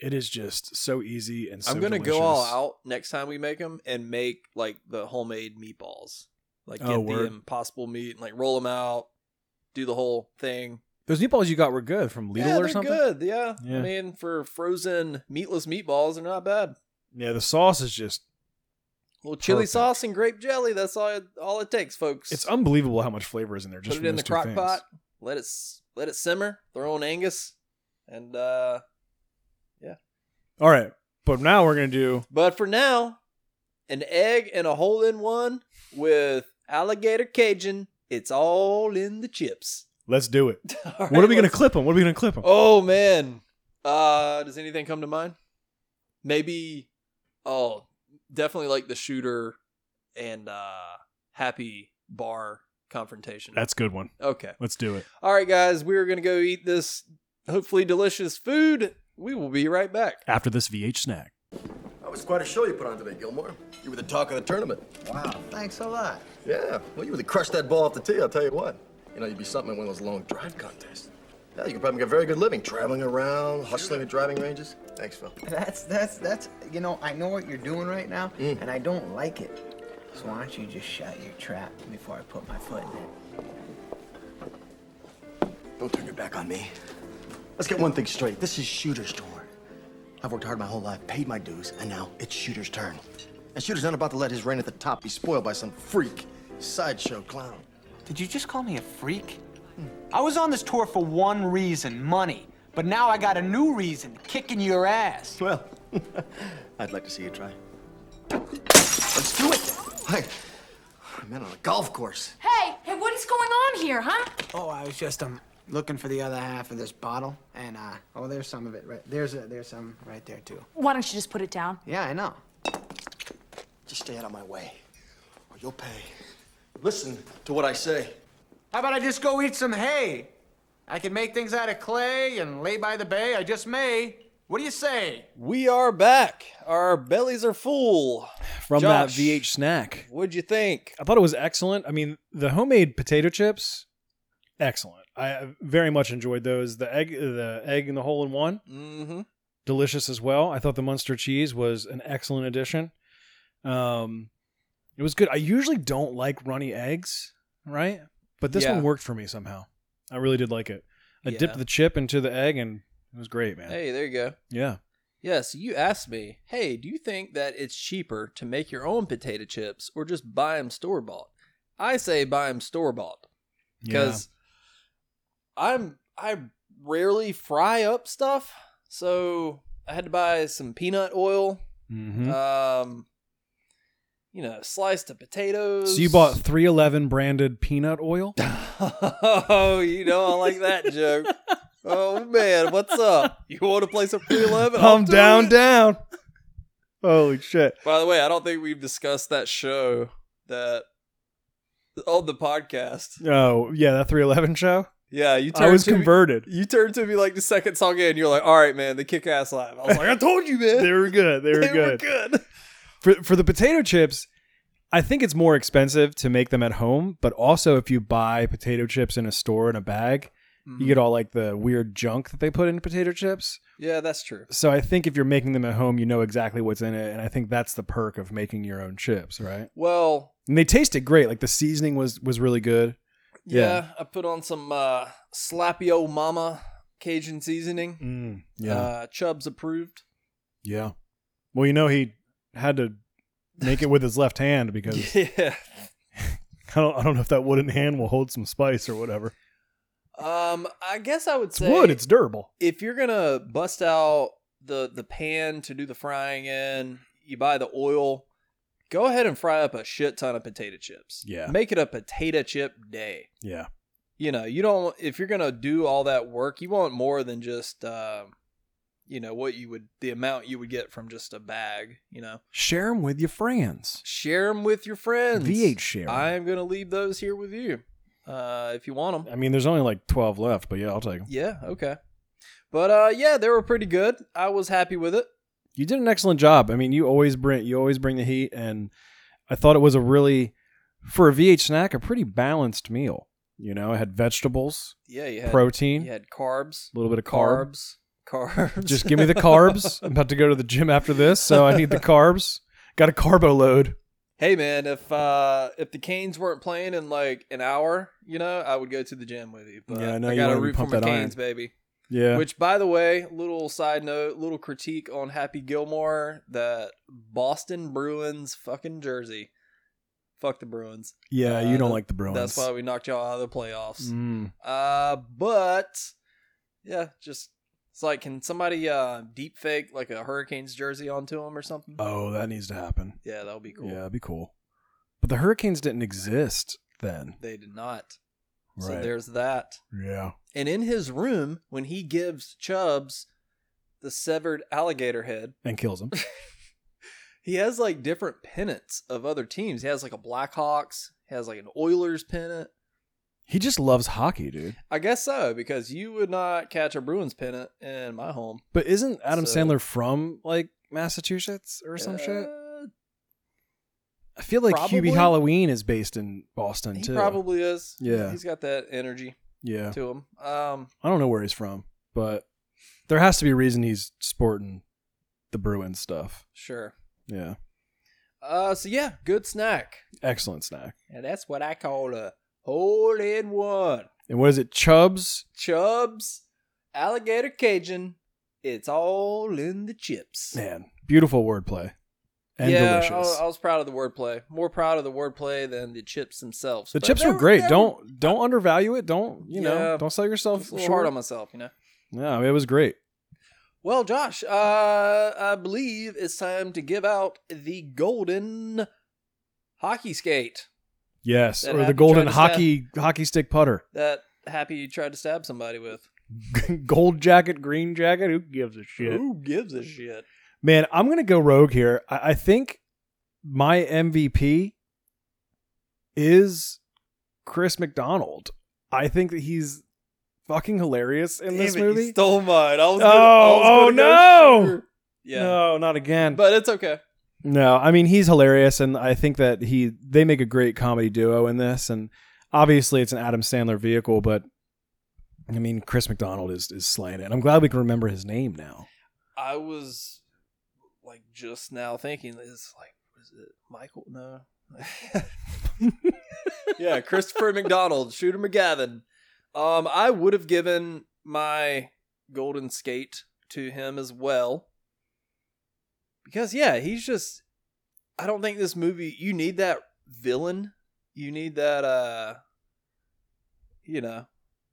it is just so easy and so I'm gonna go all delicious. out next time we make them and make like the homemade meatballs, like get Oh, the word. impossible meat and like roll them out, do the whole thing. Those meatballs you got were good from Lidl yeah, or they're something. Good, yeah. I Yeah. mean, for frozen meatless meatballs, they're not bad. Yeah, the sauce is just Well, chili Perfect. sauce and grape jelly. That's all it, all it takes, folks. It's unbelievable how much flavor is in there. Put Just from it in the those two crock things. pot. Let it s- let it simmer. Throw in Angus, and uh, All right, but now we're gonna do. But for now, an egg and a hole in one with alligator Cajun. It's all in the chips. <laughs> Let's do it. All what right, are we gonna let's- clip them? What are we gonna clip them? Oh man. Uh, does anything come to mind? Maybe. Oh, definitely like the shooter and uh, happy bar confrontation. That's a good one. okay. Let's do it. All right, guys. We're gonna go eat this hopefully delicious food. We will be right back. After this VH snack. That was quite a show you put on today, Gilmore. You were the talk of the tournament. Wow, thanks a lot. Yeah, well, you really crushed that ball off the tee, I'll tell you what. You know, you'd be something in one of those long drive contests. Yeah, you could probably make a very good living traveling around, hustling at driving ranges. Thanks, Phil. That's that's that's you know, I know what you're doing right now Mm. and I don't like it. So why don't you just shut your trap before I put my foot in it? Don't turn your back on me. Let's get one thing straight. This is Shooter's tour. I've worked hard my whole life, paid my dues, and now it's Shooter's turn. And Shooter's not about to let his reign at the top be spoiled by some freak, sideshow clown. Did you just call me a freak? Hmm. I was on this tour for one reason money. But <laughs> now I got a new reason kicking your ass. Well, I'd like to see you try. Let's do it. Like, I'm in on a golf course. Hey, hey, what is going on here, huh? Oh, I was just um looking for the other half of this bottle, and uh oh, there's some of it right there's a, there's some right there too. Why don't you just put it down? Yeah, I know. Just stay out of my way, or you'll pay. Listen to what I say. How about I just go eat some hay? I can make things out of clay and lay by the bay. I just may. What do you say? We are back. Our bellies are full. From Josh. that VH snack. What'd you think? I thought it was excellent. I mean, the homemade potato chips, excellent. I very much enjoyed those. The egg, the egg and the hole in one, Mm-hmm. delicious as well. I thought the Munster cheese was an excellent addition. Um, it was good. I usually don't like runny eggs, right? But this Yeah. one worked for me somehow. I really did like it. I Yeah. dipped the chip into the egg, and it was great, man. Hey, there you go. Yeah. Yes, you asked me, hey, do you think that it's cheaper to make your own potato chips or just buy them store bought? I say buy them store bought because I'm I rarely fry up stuff, so I had to buy some peanut oil, hmm um, you know, sliced of potatoes. so you bought 311 branded peanut oil. <laughs> oh, you know, I like that <laughs> joke. Oh man, what's up? You want to play some free love? I'm down, down. <laughs> Holy shit! By the way, I don't think we've discussed that show that on the podcast. Oh yeah, that 311 show. Yeah, you. I Turned was to me- converted. <laughs> you turned to me like the second song in. You're like, all right, man, they kick ass live. I was like, I told you, man. They were good. They were They good. For for the potato chips, I think it's more expensive to make them at home, but also if you buy potato chips in a store in a bag, you get all like the weird junk that they put in potato chips. Yeah, that's true. So I think if you're making them at home, you know exactly what's in it, and I think that's the perk of making your own chips, right? Well, And they tasted great. Like the seasoning was was really good. yeah, Yeah. I put on some uh, slappy old mama Cajun seasoning. Mm, yeah. uh, Chubbs approved. yeah. Well, you know he had to make it with his left hand <laughs> <laughs> because Yeah. I don't I don't know if that wooden hand will hold some spice or whatever. Um, I guess I would It's say wood. It's durable. if you're gonna bust out the the pan to do the frying in, you buy the oil. Go ahead and fry up a shit ton of potato chips. Yeah. make it a potato chip day. Yeah. You know, you don't if you're gonna do all that work, you want more than just, um, you know, what you would the amount you would get from just a bag. You know, Share them with your friends. share them with your friends. VH share. I am gonna leave those here with you, uh, if you want them. I mean, there's only like 12 left, but yeah, I'll take them. Yeah, okay. But uh, yeah, they were pretty good. I was happy with it. You did an excellent job. I mean, you always bring you always bring the heat, and I thought it was a really for a VH snack a pretty balanced meal. You know, it had vegetables, Yeah, you had protein, You had carbs, a little bit of carb. carbs, carbs. Just give me the <laughs> carbs. I'm about to go to the gym after this, so I need the carbs. Got a carbo load. <laughs> hey man, if uh if the Canes weren't playing in like an hour, you know, I would go to the gym with you. But Yeah, I I, know you got to wanted to root for pump my that iron. Canes, baby. Yeah. Which, by the way, little side note, little critique on Happy Gilmore, that Boston Bruins fucking jersey. Fuck the Bruins. yeah, uh, you don't that- like the Bruins. That's why we knocked y'all out of the playoffs. Mm. Uh, but yeah, just it's like, can somebody uh deep fake like a Hurricanes jersey onto him or something? Oh, that needs to happen. yeah, that would be cool. Yeah, that'd be cool. But the Hurricanes didn't exist then. They did not. So Right. there's that. yeah. And in his room, when he gives Chubbs the severed alligator head, And kills them. he has like different pennants of other teams. He has like a Blackhawks, he has like an Oilers pennant. he just loves hockey, dude. I guess so, because you would not catch a Bruins pennant in my home. But isn't Adam So- Sandler from like Massachusetts or some shit? Uh, I feel like probably. Hubie Halloween is based in Boston He too. probably is. Yeah. He's got that energy Yeah. to him. Um I don't know where he's from, but there has to be a reason he's sporting the Bruins stuff. sure. Yeah. Uh so yeah, good snack. Excellent snack. And that's what I call a hole in one. And what is it? Chubbs? Chubbs, alligator Cajun. It's all in the chips. Man, beautiful wordplay. And yeah, I, delicious. I was proud of the wordplay. More proud of the wordplay than the chips themselves. the But chips they were great. they don't don't undervalue it. Don't you know? Yeah, Don't sell I yourself was a little short. hard on myself, you know. No, it was great. Well, Josh, uh, I believe it's time to give out the golden hockey skate Yes, That or the happy golden tried to stab- hockey hockey stick putter, <laughs> that Happy tried to stab somebody with. gold jacket, green jacket. Who gives a shit? Who gives a shit? Man, I'm gonna go rogue here. I, I think my MVP is Chris McDonald. I think that he's fucking hilarious in this Damn it, you movie. stole mine. I was Oh, gonna, I was oh, gonna go no! sugar. Yeah, No, not again. but it's okay. No, I mean he's hilarious, and I think that he they make a great comedy duo in this, and obviously it's an Adam Sandler vehicle, but I mean Chris McDonald is is slaying it. And I'm glad we can remember his name now. I was like just now thinking it's like was it Michael? No. yeah, Christopher McDonald, Shooter McGavin. Um, I would have given my golden skate to him as well. Because yeah, he's just I don't think this movie you need that villain. You need that uh you know,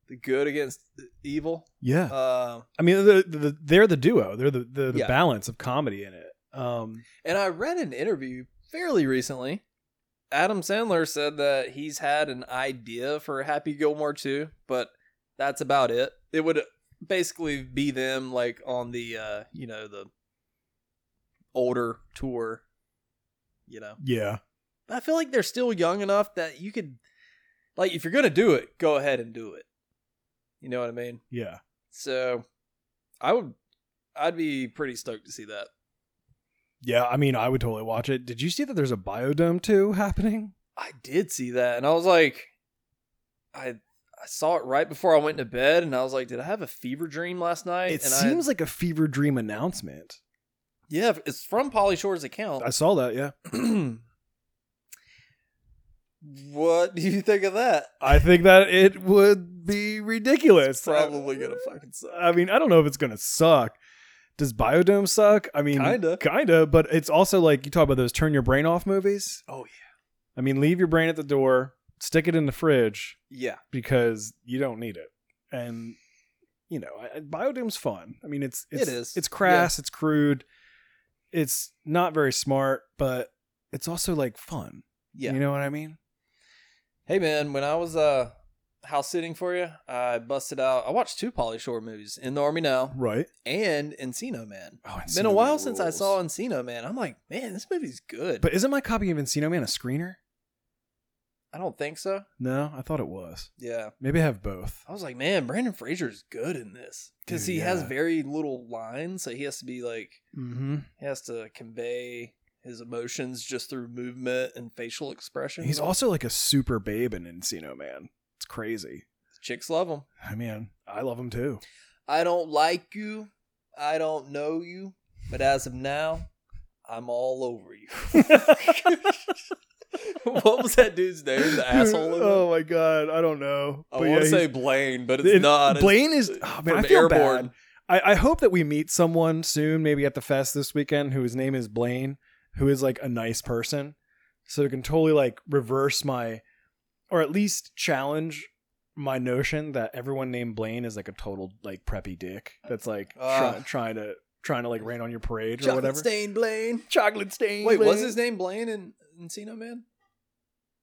the good against the evil. Yeah, Um I mean the, the, the, they're the duo, they're the the, the Yeah. balance of comedy in it. Um, And I read an interview fairly recently. Adam Sandler said that he's had an idea for Happy Gilmore 2, but that's about it. It would basically be them like on the uh, you know, the older tour, you know. yeah, But I feel like they're still young enough that you could like if you're going to do it, go ahead and do it. You know what I mean? yeah. So I would I'd be pretty stoked to see that. Yeah, I mean, I would totally watch it. Did you see that there's a biodome two happening? I did see that, and I was like, I I saw it right before I went to bed, and I was like, did I have a fever dream last night? It and seems I, like a fever dream announcement. yeah, it's from Polly Shore's account. I saw that. <clears throat> Yeah, what <laughs> do you think of that? I think that it would be ridiculous. It's probably gonna fucking suck. I mean, I don't know if it's gonna suck. Does Biodome suck? I mean, Kinda. kinda, but it's also like you talk about those turn your brain off movies. Oh, yeah. I mean, leave your brain at the door, stick it in the fridge Yeah, because you don't need it, and you know, I- I- Biodome's fun. I mean, it's It it's is. it's crass, it's crude, it's not very smart, but it's also like fun. yeah. You know what I mean? Hey man, when I was uh house sitting for you, I busted out. I watched two Polly Shore movies, In the Army Now Right. and Encino Man. Oh, It's been a while since I saw Encino Man. I'm like, man, this movie's good. But isn't my copy of Encino Man a screener? I don't think so. No, I thought it was. Yeah. Maybe I have both. I was like, man, Brandon Fraser's good in this because Dude, he has yeah. very little lines, so he has to be like, Mm-hmm. he has to convey his emotions just through movement and facial expression. He's also like a super babe in Encino Man. It's crazy. chicks love him. I mean, I love him too. I don't like you, I don't know you, but as of now, I'm all over <laughs> you. <laughs> what was that dude's name? The asshole. in it? <laughs> oh my god, I don't know. I But want to yeah, say he's- Blaine, but it's it- not. It's Blaine is. Oh man, I from feel Airborne. bad. I, I hope that we meet someone soon, maybe at the fest this weekend, whose name is Blaine, who is like a nice person, so it can totally like reverse my, or at least challenge my notion that everyone named Blaine is like a total like preppy dick that's like try, Ah. trying to trying to like rain on your parade or Chocolate whatever. Stain Blaine. Chocolate stain. Wait, was his name Blaine in Encino Man?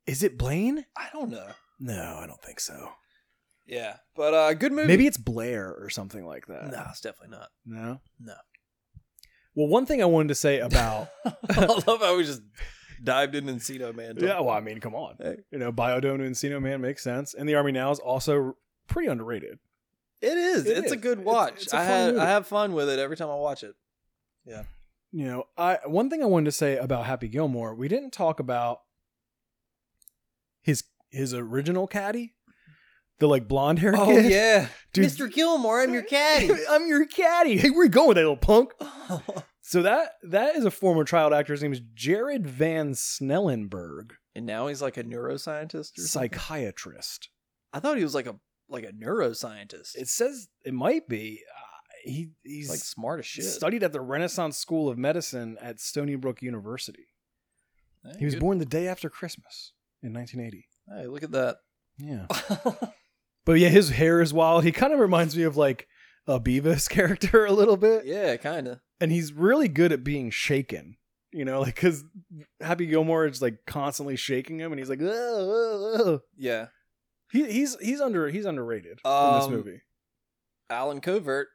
Is it Blaine? I don't know. No, I don't think so. Yeah, but uh, good movie. Uh, Maybe it's Blair or something like that. no, it's definitely not. No. <laughs> No. Well, one thing I wanted to say about <laughs> I love how we just dived in Encino Man. yeah, well, I mean, come on, you know, Biodome and Encino Man makes sense, and the Army Now is also pretty underrated. it is. It it's a is. good It's- watch. it's a I fun had movie. I have fun with it every time I watch <laughs> it. You know, I one thing I wanted to say about Happy Gilmore, we didn't talk about his his original caddy, the like blonde hair Oh kid. yeah, <laughs> Dude. Mr. Gilmore, I'm your caddy. <laughs> Oh. I'm your caddy. Hey, where you going with that <laughs> little punk? So that that is a former child actor. His name is Jared Van Snellenberg, and now he's like a neuroscientist. Or something. psychiatrist. I thought he was like a like a neuroscientist. It says it might be. Uh, he he's like smart as shit. studied at the Renaissance School of Medicine at Stony Brook University. Hey, He was good- born the day after Christmas in 1980. Hey, <laughs> look at that. Yeah, but yeah, his hair is wild. He kind of reminds me of like a Beavis <laughs> character a little bit. Yeah, kind of. and he's really good at being shaken. You know, like because Happy Gilmore is like constantly shaking him, and he's like, "Ugh, ugh, ugh." Yeah. He, he's he's under he's underrated in this Um, movie. Alan Covert,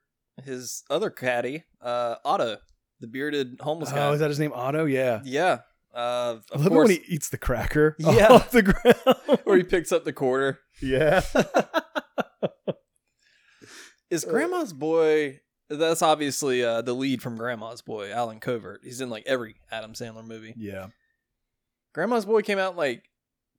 his other caddy, uh, Otto, the bearded homeless guy. Oh, is that his name? Otto? Yeah. yeah. Uh, I of love it when course, he eats the cracker Yeah. <laughs> off the ground. <laughs> <laughs> where he picks up the quarter. <laughs> yeah. Is Uh. Grandma's Boy? That's obviously uh, the lead from Grandma's Boy, Alan Covert. He's in like every Adam Sandler movie. Yeah. Grandma's Boy came out in like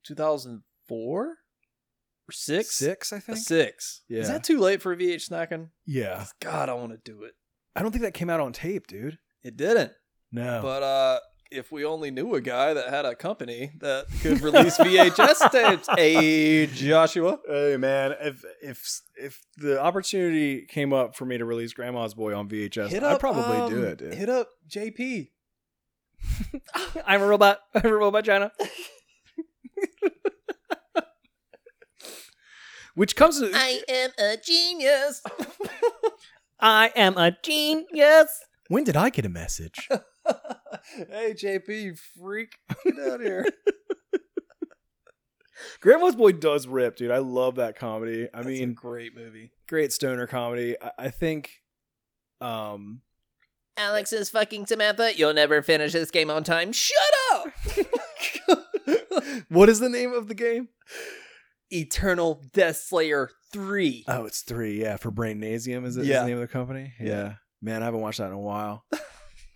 2004 or six. Six, I A think. six. Yeah. Is that too late for VH snacking? Yeah. God, I want to do it. I don't think that came out on tape, dude. It didn't. No. But uh, if we only knew a guy that had a company that could release <laughs> VHS tapes, hey Joshua. Hey man, if if if the opportunity came up for me to release Grandma's Boy on VHS, Hit I'd up, probably do um, it. Dude. Hit up JP. I'm a robot. I'm a robot, China. Which comes to I am a genius. <laughs> I am a genius. When did I get a message? hey JP, you freak, get out here. <laughs> Grandma's Boy does rip, dude. I love that comedy. I mean, great movie. great stoner comedy. I, I think, <laughs> um, Alex is fucking Samantha. You'll never finish this game on time. Shut up. what is the name of the game? Eternal Death Slayer three. Oh, it's three. Yeah, for Brainasium is it? Is Yeah. the name of the company? Yeah. man, I haven't watched that in <laughs> a while. but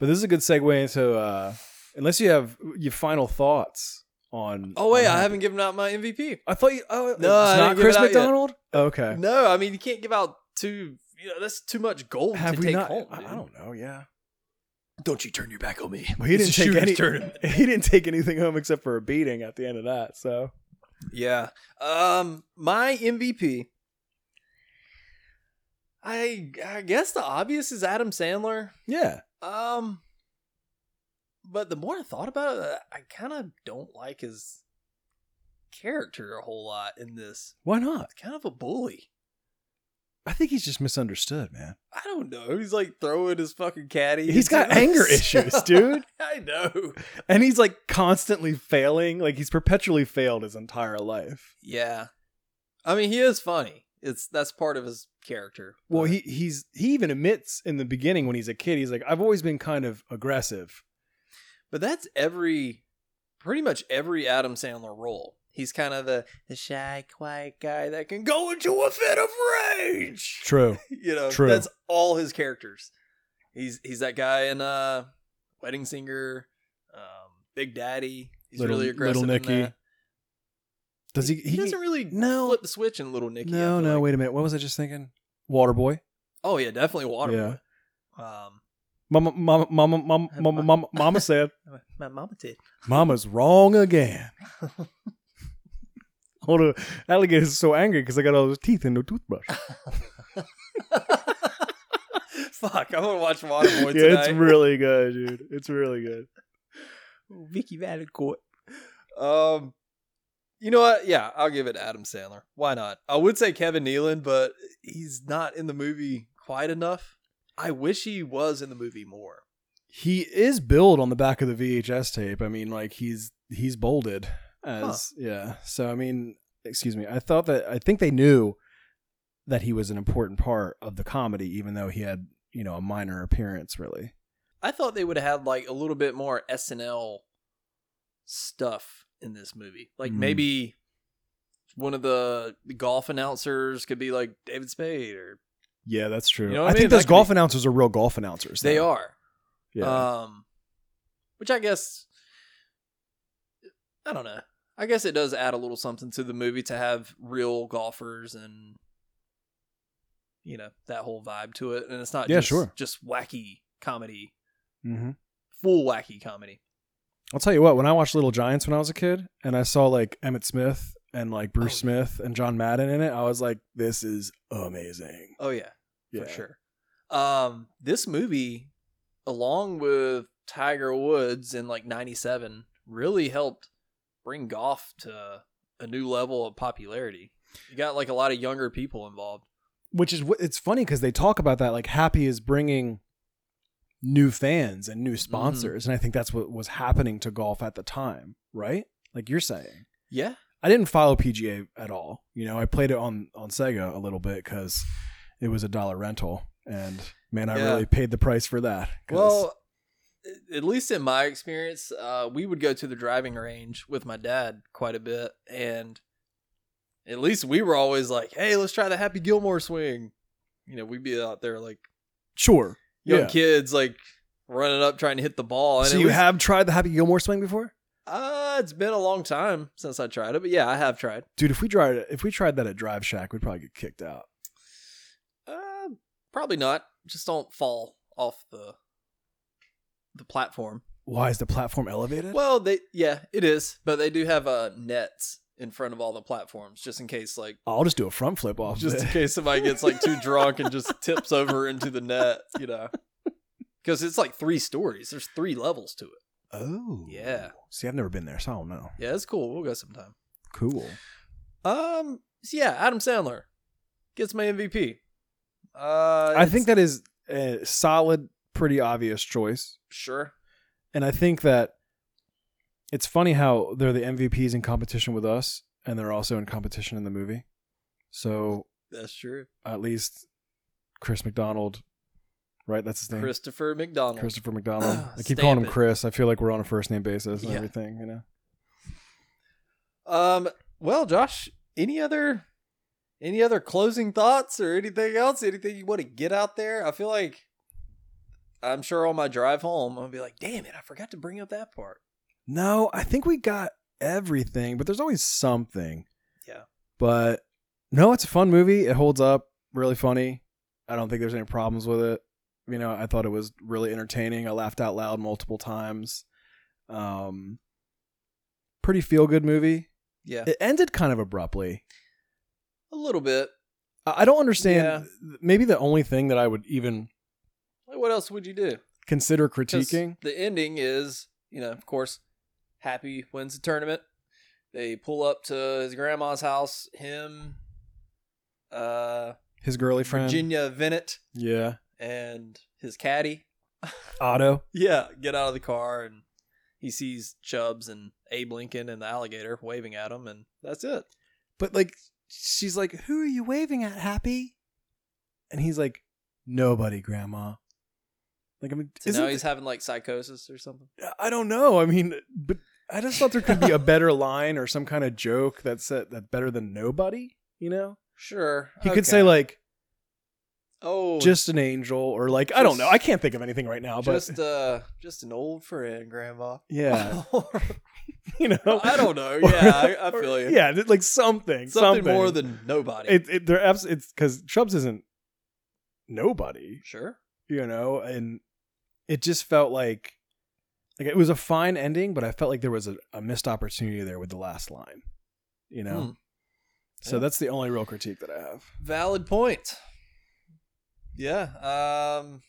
this is a good segue into, uh, unless you have your final thoughts on. Oh wait, on I how- haven't given out my MVP. I thought you. Oh, No, I it's not didn't give it Chris out yet. McDonald. Okay. No, I mean you can't give out too. You know that's too much gold Have to we take not? home. I, I dude. don't know. Yeah. Don't you turn your back on me. Well, he didn't It's a take shooter's any. tournament. <laughs> He didn't take anything home except for a beating at the end of that. So Yeah. Um, my MVP. I I guess the obvious is Adam Sandler. yeah, Um, but the more I thought about it, I kind of don't like his character a whole lot in this. why not? He's kind of a bully. I think he's just misunderstood, man. I don't know. He's like throwing his fucking caddy. He's got into <laughs> anger himself. issues, dude. I know. And he's like constantly failing. Like he's perpetually failed his entire life. Yeah. I mean, he is funny. It's that's part of his character. Well, but- he he's he even admits in the beginning when he's a kid, he's like, I've always been kind of aggressive. But that's every, pretty much every Adam Sandler role. He's kind of the, the shy, quiet guy that can go into a fit of rage. <laughs> True. You know, True. that's all his characters. He's he's that guy in uh, Wedding Singer, um, Big Daddy. He's Little- really aggressive. Little in Nicky. that. Does he? He, he doesn't really no. flip the switch in Little Nicky. I no, feel no. like. Wait a minute. What was I just thinking? Waterboy. Oh yeah, definitely Waterboy. Um, Mama, mama, mama, <laughs> mama, mama, mama, mama said, my mama did. "Mama's wrong again." Hold on, alligator's so angry because I got all those teeth in the toothbrush. <laughs> Fuck, I'm gonna watch Waterboy tonight. <laughs> yeah, it's really good, dude. It's really good. Vicky Valancourt. Um, you know what? Yeah, I'll give it to Adam Sandler. Why not? I would say Kevin Nealon, but he's not in the movie quite enough. I wish he was in the movie more. He is billed on the back of the VHS tape. I mean, like he's he's bolded as yeah. So I mean, excuse me. I thought that I think they knew that he was an important part of the comedy, even though he had you know a minor appearance, really. I thought they would have had like a little bit more SNL stuff in this movie. Like Mm. maybe one of the golf announcers could be like David Spade or Yeah, that's true. You know what I, I mean? think those That could golf be- announcers are real golf announcers. they though. are. Yeah. Um, which I guess I don't know. I guess it does add a little something to the movie to have real golfers and you know that whole vibe to it, and it's not Yeah, just, sure. just wacky comedy, mm-hmm. full wacky comedy. I'll tell you what. When I watched Little Giants when I was a kid, and I saw like Emmett Smith and like Bruce Oh, yeah. Smith and John Madden in it, I was like, "This is amazing." Oh yeah, Yeah. for sure. Um, this movie, along with Tiger Woods in like '97, really helped bring golf to a new level of popularity. You got like a lot of younger people involved. which is what it's funny because they talk about that like happy is bringing new fans and Mm-hmm. new sponsors and i think that's what was happening to golf at the time right like you're saying Yeah. i didn't follow pga at all you know i played it on on sega a little bit because it was a dollar rental and man i Yeah. really paid the price for that 'cause- Well, a- at least in my experience, uh, we would go to the driving range with my dad quite a bit, and at least we were always like, "Hey, let's try the Happy Gilmore swing." You know, we'd be out there like sure young Yeah. kids, like running up trying to hit the ball. And so it you was- have tried the happy gilmore swing before Uh, it's been a long time since I tried it, but yeah, I have tried. dude if we tried it if we tried that at drive shack we'd probably get kicked out Uh, probably not. Just don't fall off the the platform. why is the platform elevated Well, they yeah, it is, but they do have uh nets in front of all the platforms just in case like i'll just do a front flip off just it. in case somebody gets like <laughs> too drunk and just tips over into the net, you know. Cuz it's like three stories. There's three levels to it. Oh. Yeah. See, I've never been there, so I don't know. Yeah, it's cool. We'll go sometime. Cool. Um so yeah, Adam Sandler gets my MVP. Uh I it's- think that is a solid, pretty obvious choice. sure. And I think that it's funny how they're the MVPs in competition with us, and they're also in competition in the movie. So That's true. at least Chris McDonald, right? That's his name. Christopher McDonald. Christopher McDonald. I <clears throat> keep Stamp calling him it. Chris. I feel like we're on a first name basis and Yeah. everything, you know? Um. Well, Josh, any other, any other closing thoughts or anything else? Anything you want to get out there? I feel like I'm sure on my drive home, I'll be like, "Damn it, I forgot to bring up that part." No, I think we got everything, but there's always something. Yeah. But no, it's a fun movie. It holds up, really funny. I don't think there's any problems with it. You know, I thought it was really entertaining. I laughed out loud multiple times. Um pretty feel good movie. Yeah, It ended kind of abruptly. a little bit. I I don't understand. Maybe the only thing that I would even Like, what else would you do? consider 'Cause critiquing. The ending is, you know, of course, Happy wins the tournament. They pull up to his grandma's house. Him, uh, His girly friend. Virginia Vennett, Yeah. and his caddy. Otto. Yeah, get out of the car and he sees Chubbs and Abe Lincoln and the alligator waving at him and that's it. But like, she's like, "Who are you waving at, Happy?" And he's like, "Nobody, Grandma." Like, I mean, So isn't- now he's having like psychosis or something. I don't know. I mean, but I just thought there <laughs> could be a better line or some kind of joke that said that better than nobody. You know, Sure. he could say okay. like, Oh "Just an angel," or like, I don't know. Just- I can't think of anything right now. But just uh just an old friend, grandma. <laughs> <laughs> yeah, Or- you know, I <laughs> don't know. Or- Yeah, I, I or- feel you. <laughs> Yeah, th- like something, something, something, more than nobody. it. it they're abs- it's because Chubbs isn't nobody. sure. you know and it just felt like like it was a fine ending but i felt like there was a, a missed opportunity there with the last line you know Hmm. so Yeah. that's the only real critique that i have Valid point. Yeah. Um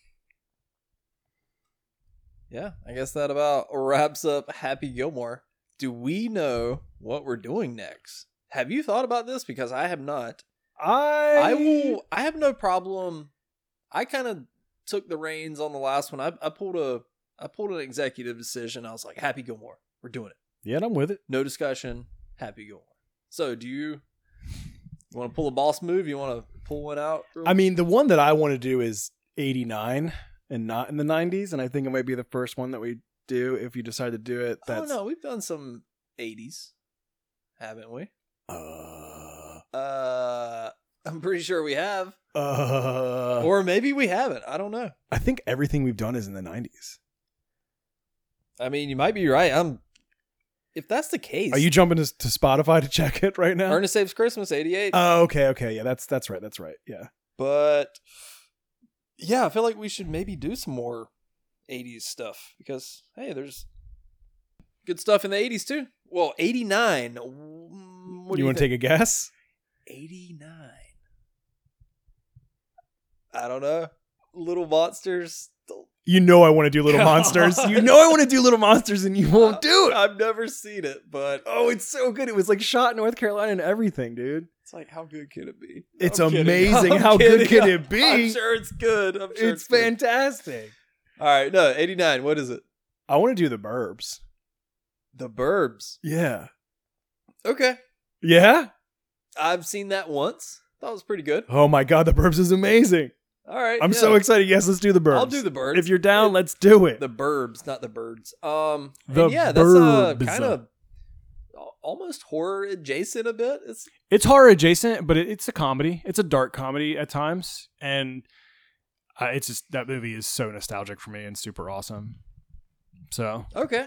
Yeah, I guess that about wraps up Happy Gilmore. Do we know what we're doing next? Have you thought about this because I have not. i I will I have no problem. I kind of took the reins on the last one. I I pulled a I pulled an executive decision. I was like, Happy Gilmore. We're doing it. yeah i'm with it No discussion. Happy Gilmore. So, do you you want to pull a boss move? You want to pull one out? real i mean the one that i want to do is 89 and not in the 90s and i think it might be the first one that we do if you decide to do it that's oh no, we've done some '80s, haven't we? uh, Uh, I'm pretty sure we have, uh, or maybe we haven't. I don't know. i think everything we've done is in the 90s I mean, you might be right. I'm. If that's the case, are you jumping to, to spotify to check it right now Ernest Saves Christmas '88? Oh, okay, okay, yeah, that's that's right, that's right, yeah. but yeah, I feel like we should maybe do some more '80s stuff because hey, there's good stuff in the '80s too. Well, '89. What do you want to think? take a guess? 89. I don't know. Little monsters. You know I want to do Little <laughs> Monsters. You know I want to do Little Monsters, and you won't do it. I've never seen it, but Oh, it's so good. It was like shot in North Carolina and everything, dude. it's like, how good could it be? It's I'm kidding. <laughs> amazing. I'm How good kidding. could it <laughs> be? I'm sure it's good. <laughs> I'm sure it's, it's good. fantastic. All right, no, 89. What is it? I want to do the Burbs. The Burbs. Yeah. Okay, Yeah. I've seen that once. That was pretty good. Oh my God, the Burbs is amazing. All right, I'm yeah. so excited. Yes, let's do the Burbs. I'll do the Burbs. If you're down, let's do it. the Burbs, not the birds. Um, and The yeah, that's uh, Burbs. kind of almost horror adjacent a bit. It's it's horror adjacent, but it, it's a comedy. It's a dark comedy at times, and uh, it's just that movie is so nostalgic for me and super awesome. So okay.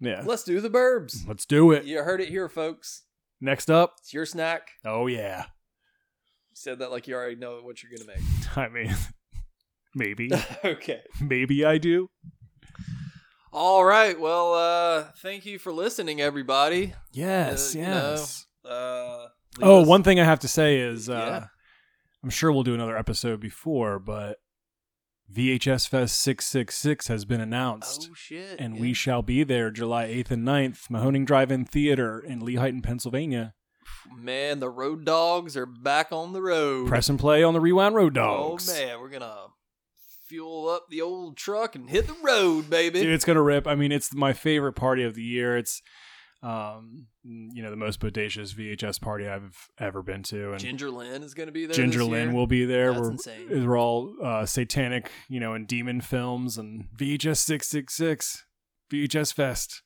yeah, Let's do the Burbs. let's do it. You heard it here, folks. Next up, It's your snack. oh yeah, You said that like you already know what you're gonna <laughs> I mean, <laughs> maybe, make. <laughs> okay. maybe I do. All right. Well, uh, thank you for listening, everybody. Yes, Uh, you know, yes. Uh, leave Oh, us- one thing I have to say is, uh, Yeah. I'm sure we'll do another episode before, but VHS Fest 666 has been announced. Oh shit! and yeah. we shall be there July 8th and 9th, Mahoning Drive-In Theater in Lehighton, Pennsylvania. man, the road dogs are back on the road. Press and play on the Rewind Road Dogs. Oh man, we're gonna fuel up the old truck and hit the road, baby. Dude, it's gonna rip. I mean, it's my favorite party of the year. It's, um, you know, the most bodacious VHS party I've ever been to, and Ginger Lynn is gonna be there. Ginger this Lynn year. will be there. That's we're, insane. we're all uh, satanic, you know, and demon films and VHS six six six, VHS Fest.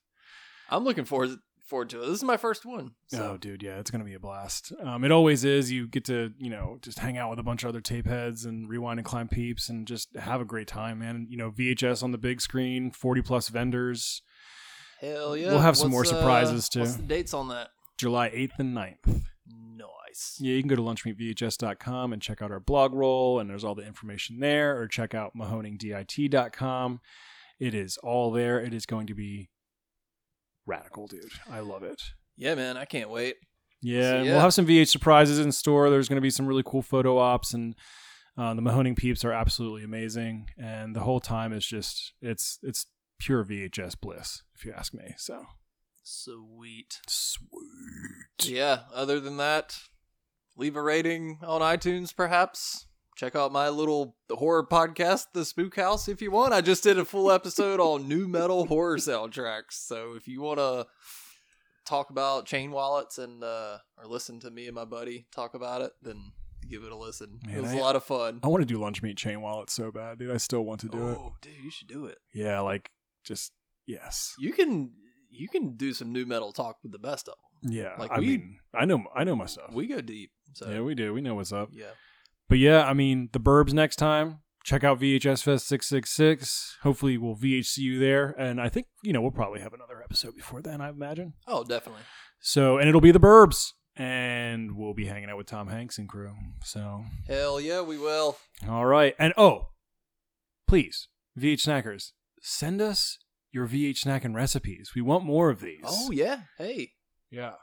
I'm looking forward forward to it. This is my first one. Oh, So dude, yeah, it's gonna be a blast. Um, it always is. You get to, you know, just hang out with a bunch of other tape heads and rewind and climb peeps and just have a great time, man. You know, VHS on the big screen, forty plus vendors, hell yeah! We'll have some What's, more uh, surprises, too. What's the dates on that? July eighth and 9th. Nice. Yeah, you can go to lunchmeatvhs.com and check out our blog roll, and there's all the information there, or check out mahoningdit.com. It is all there. It is going to be radical, dude. I love it. Yeah, man, I can't wait. Yeah, So, and yeah. we'll have some VH surprises in store. There's going to be some really cool photo ops, and uh, the Mahoning peeps are absolutely amazing. And the whole time is just it's it's pure VHS bliss, if you ask me. So Sweet. sweet. Yeah. Other than that, leave a rating on iTunes, perhaps. Check out my little horror podcast, The Spook House, if you want. I just did a full <laughs> episode on new metal horror soundtracks. So if you want to talk about chain wallets and uh, or listen to me and my buddy talk about it, then give it a listen. Man, it was a I- lot of fun. I want to do lunch meat chain wallet so bad, dude. I still want to do it. Oh, dude, you should do it. Yeah, like just yes, You can you can do some new metal talk with the best of yeah. Like, I we- mean, I know I know my stuff. them. We go deep. So yeah, we do. We know what's up. yeah. But yeah, I mean, the Burbs next time. Check out VHS Fest 666. Hopefully, we'll VHC you there. And I think, you know, we'll probably have another episode before then, I imagine. Oh, definitely. So, and it'll be the Burbs. And we'll be hanging out with Tom Hanks and crew. So, Hell yeah, we will. all right. And oh, please, VH Snackers, send us your VH Snack and recipes. We want more of these. Oh yeah. Hey. yeah.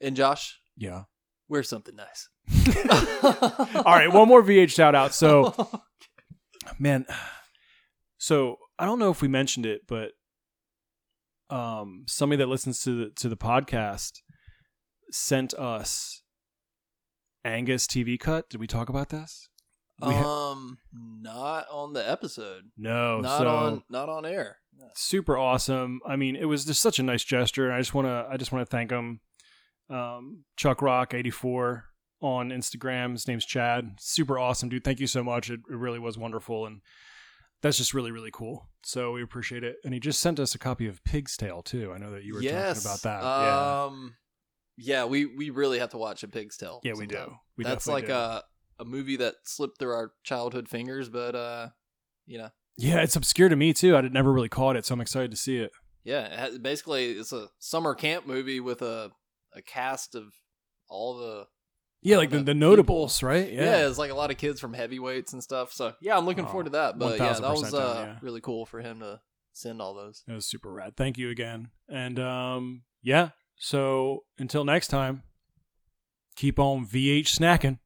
And Josh, Yeah. wear something nice. <laughs> All right. One more VH shout out. So, <laughs> man so i don't know if we mentioned it but um somebody that listens to the to the podcast sent us angus tv cut did we talk about this We ha- um, not on the episode. no not so on. Not on air. super awesome i mean it was just such a nice gesture and i just want to i just want to thank him um chuck rock 84 on instagram his name's chad super awesome dude thank you so much it, it really was wonderful and that's just really really cool so we appreciate it and he just sent us a copy of pig's tail too i know that you were yes. talking about that yeah Um, yeah. we we really have to watch a pig's tail. yeah we do sometime. we That's definitely like do. a a movie that slipped through our childhood fingers, but uh, you know, yeah it's obscure to me too i'd never really caught it so i'm excited to see it yeah. It has, basically, it's a summer camp movie with a a cast of all the yeah I like the, don't know. the notables right yeah, it's like a lot of kids from heavyweights and stuff. So yeah, I'm looking Oh, forward to that. But yeah, that 1000% was uh, down, yeah. really cool for him to send all those. It was super rad. Thank you again. And um, yeah, so until next time, keep on VH snacking.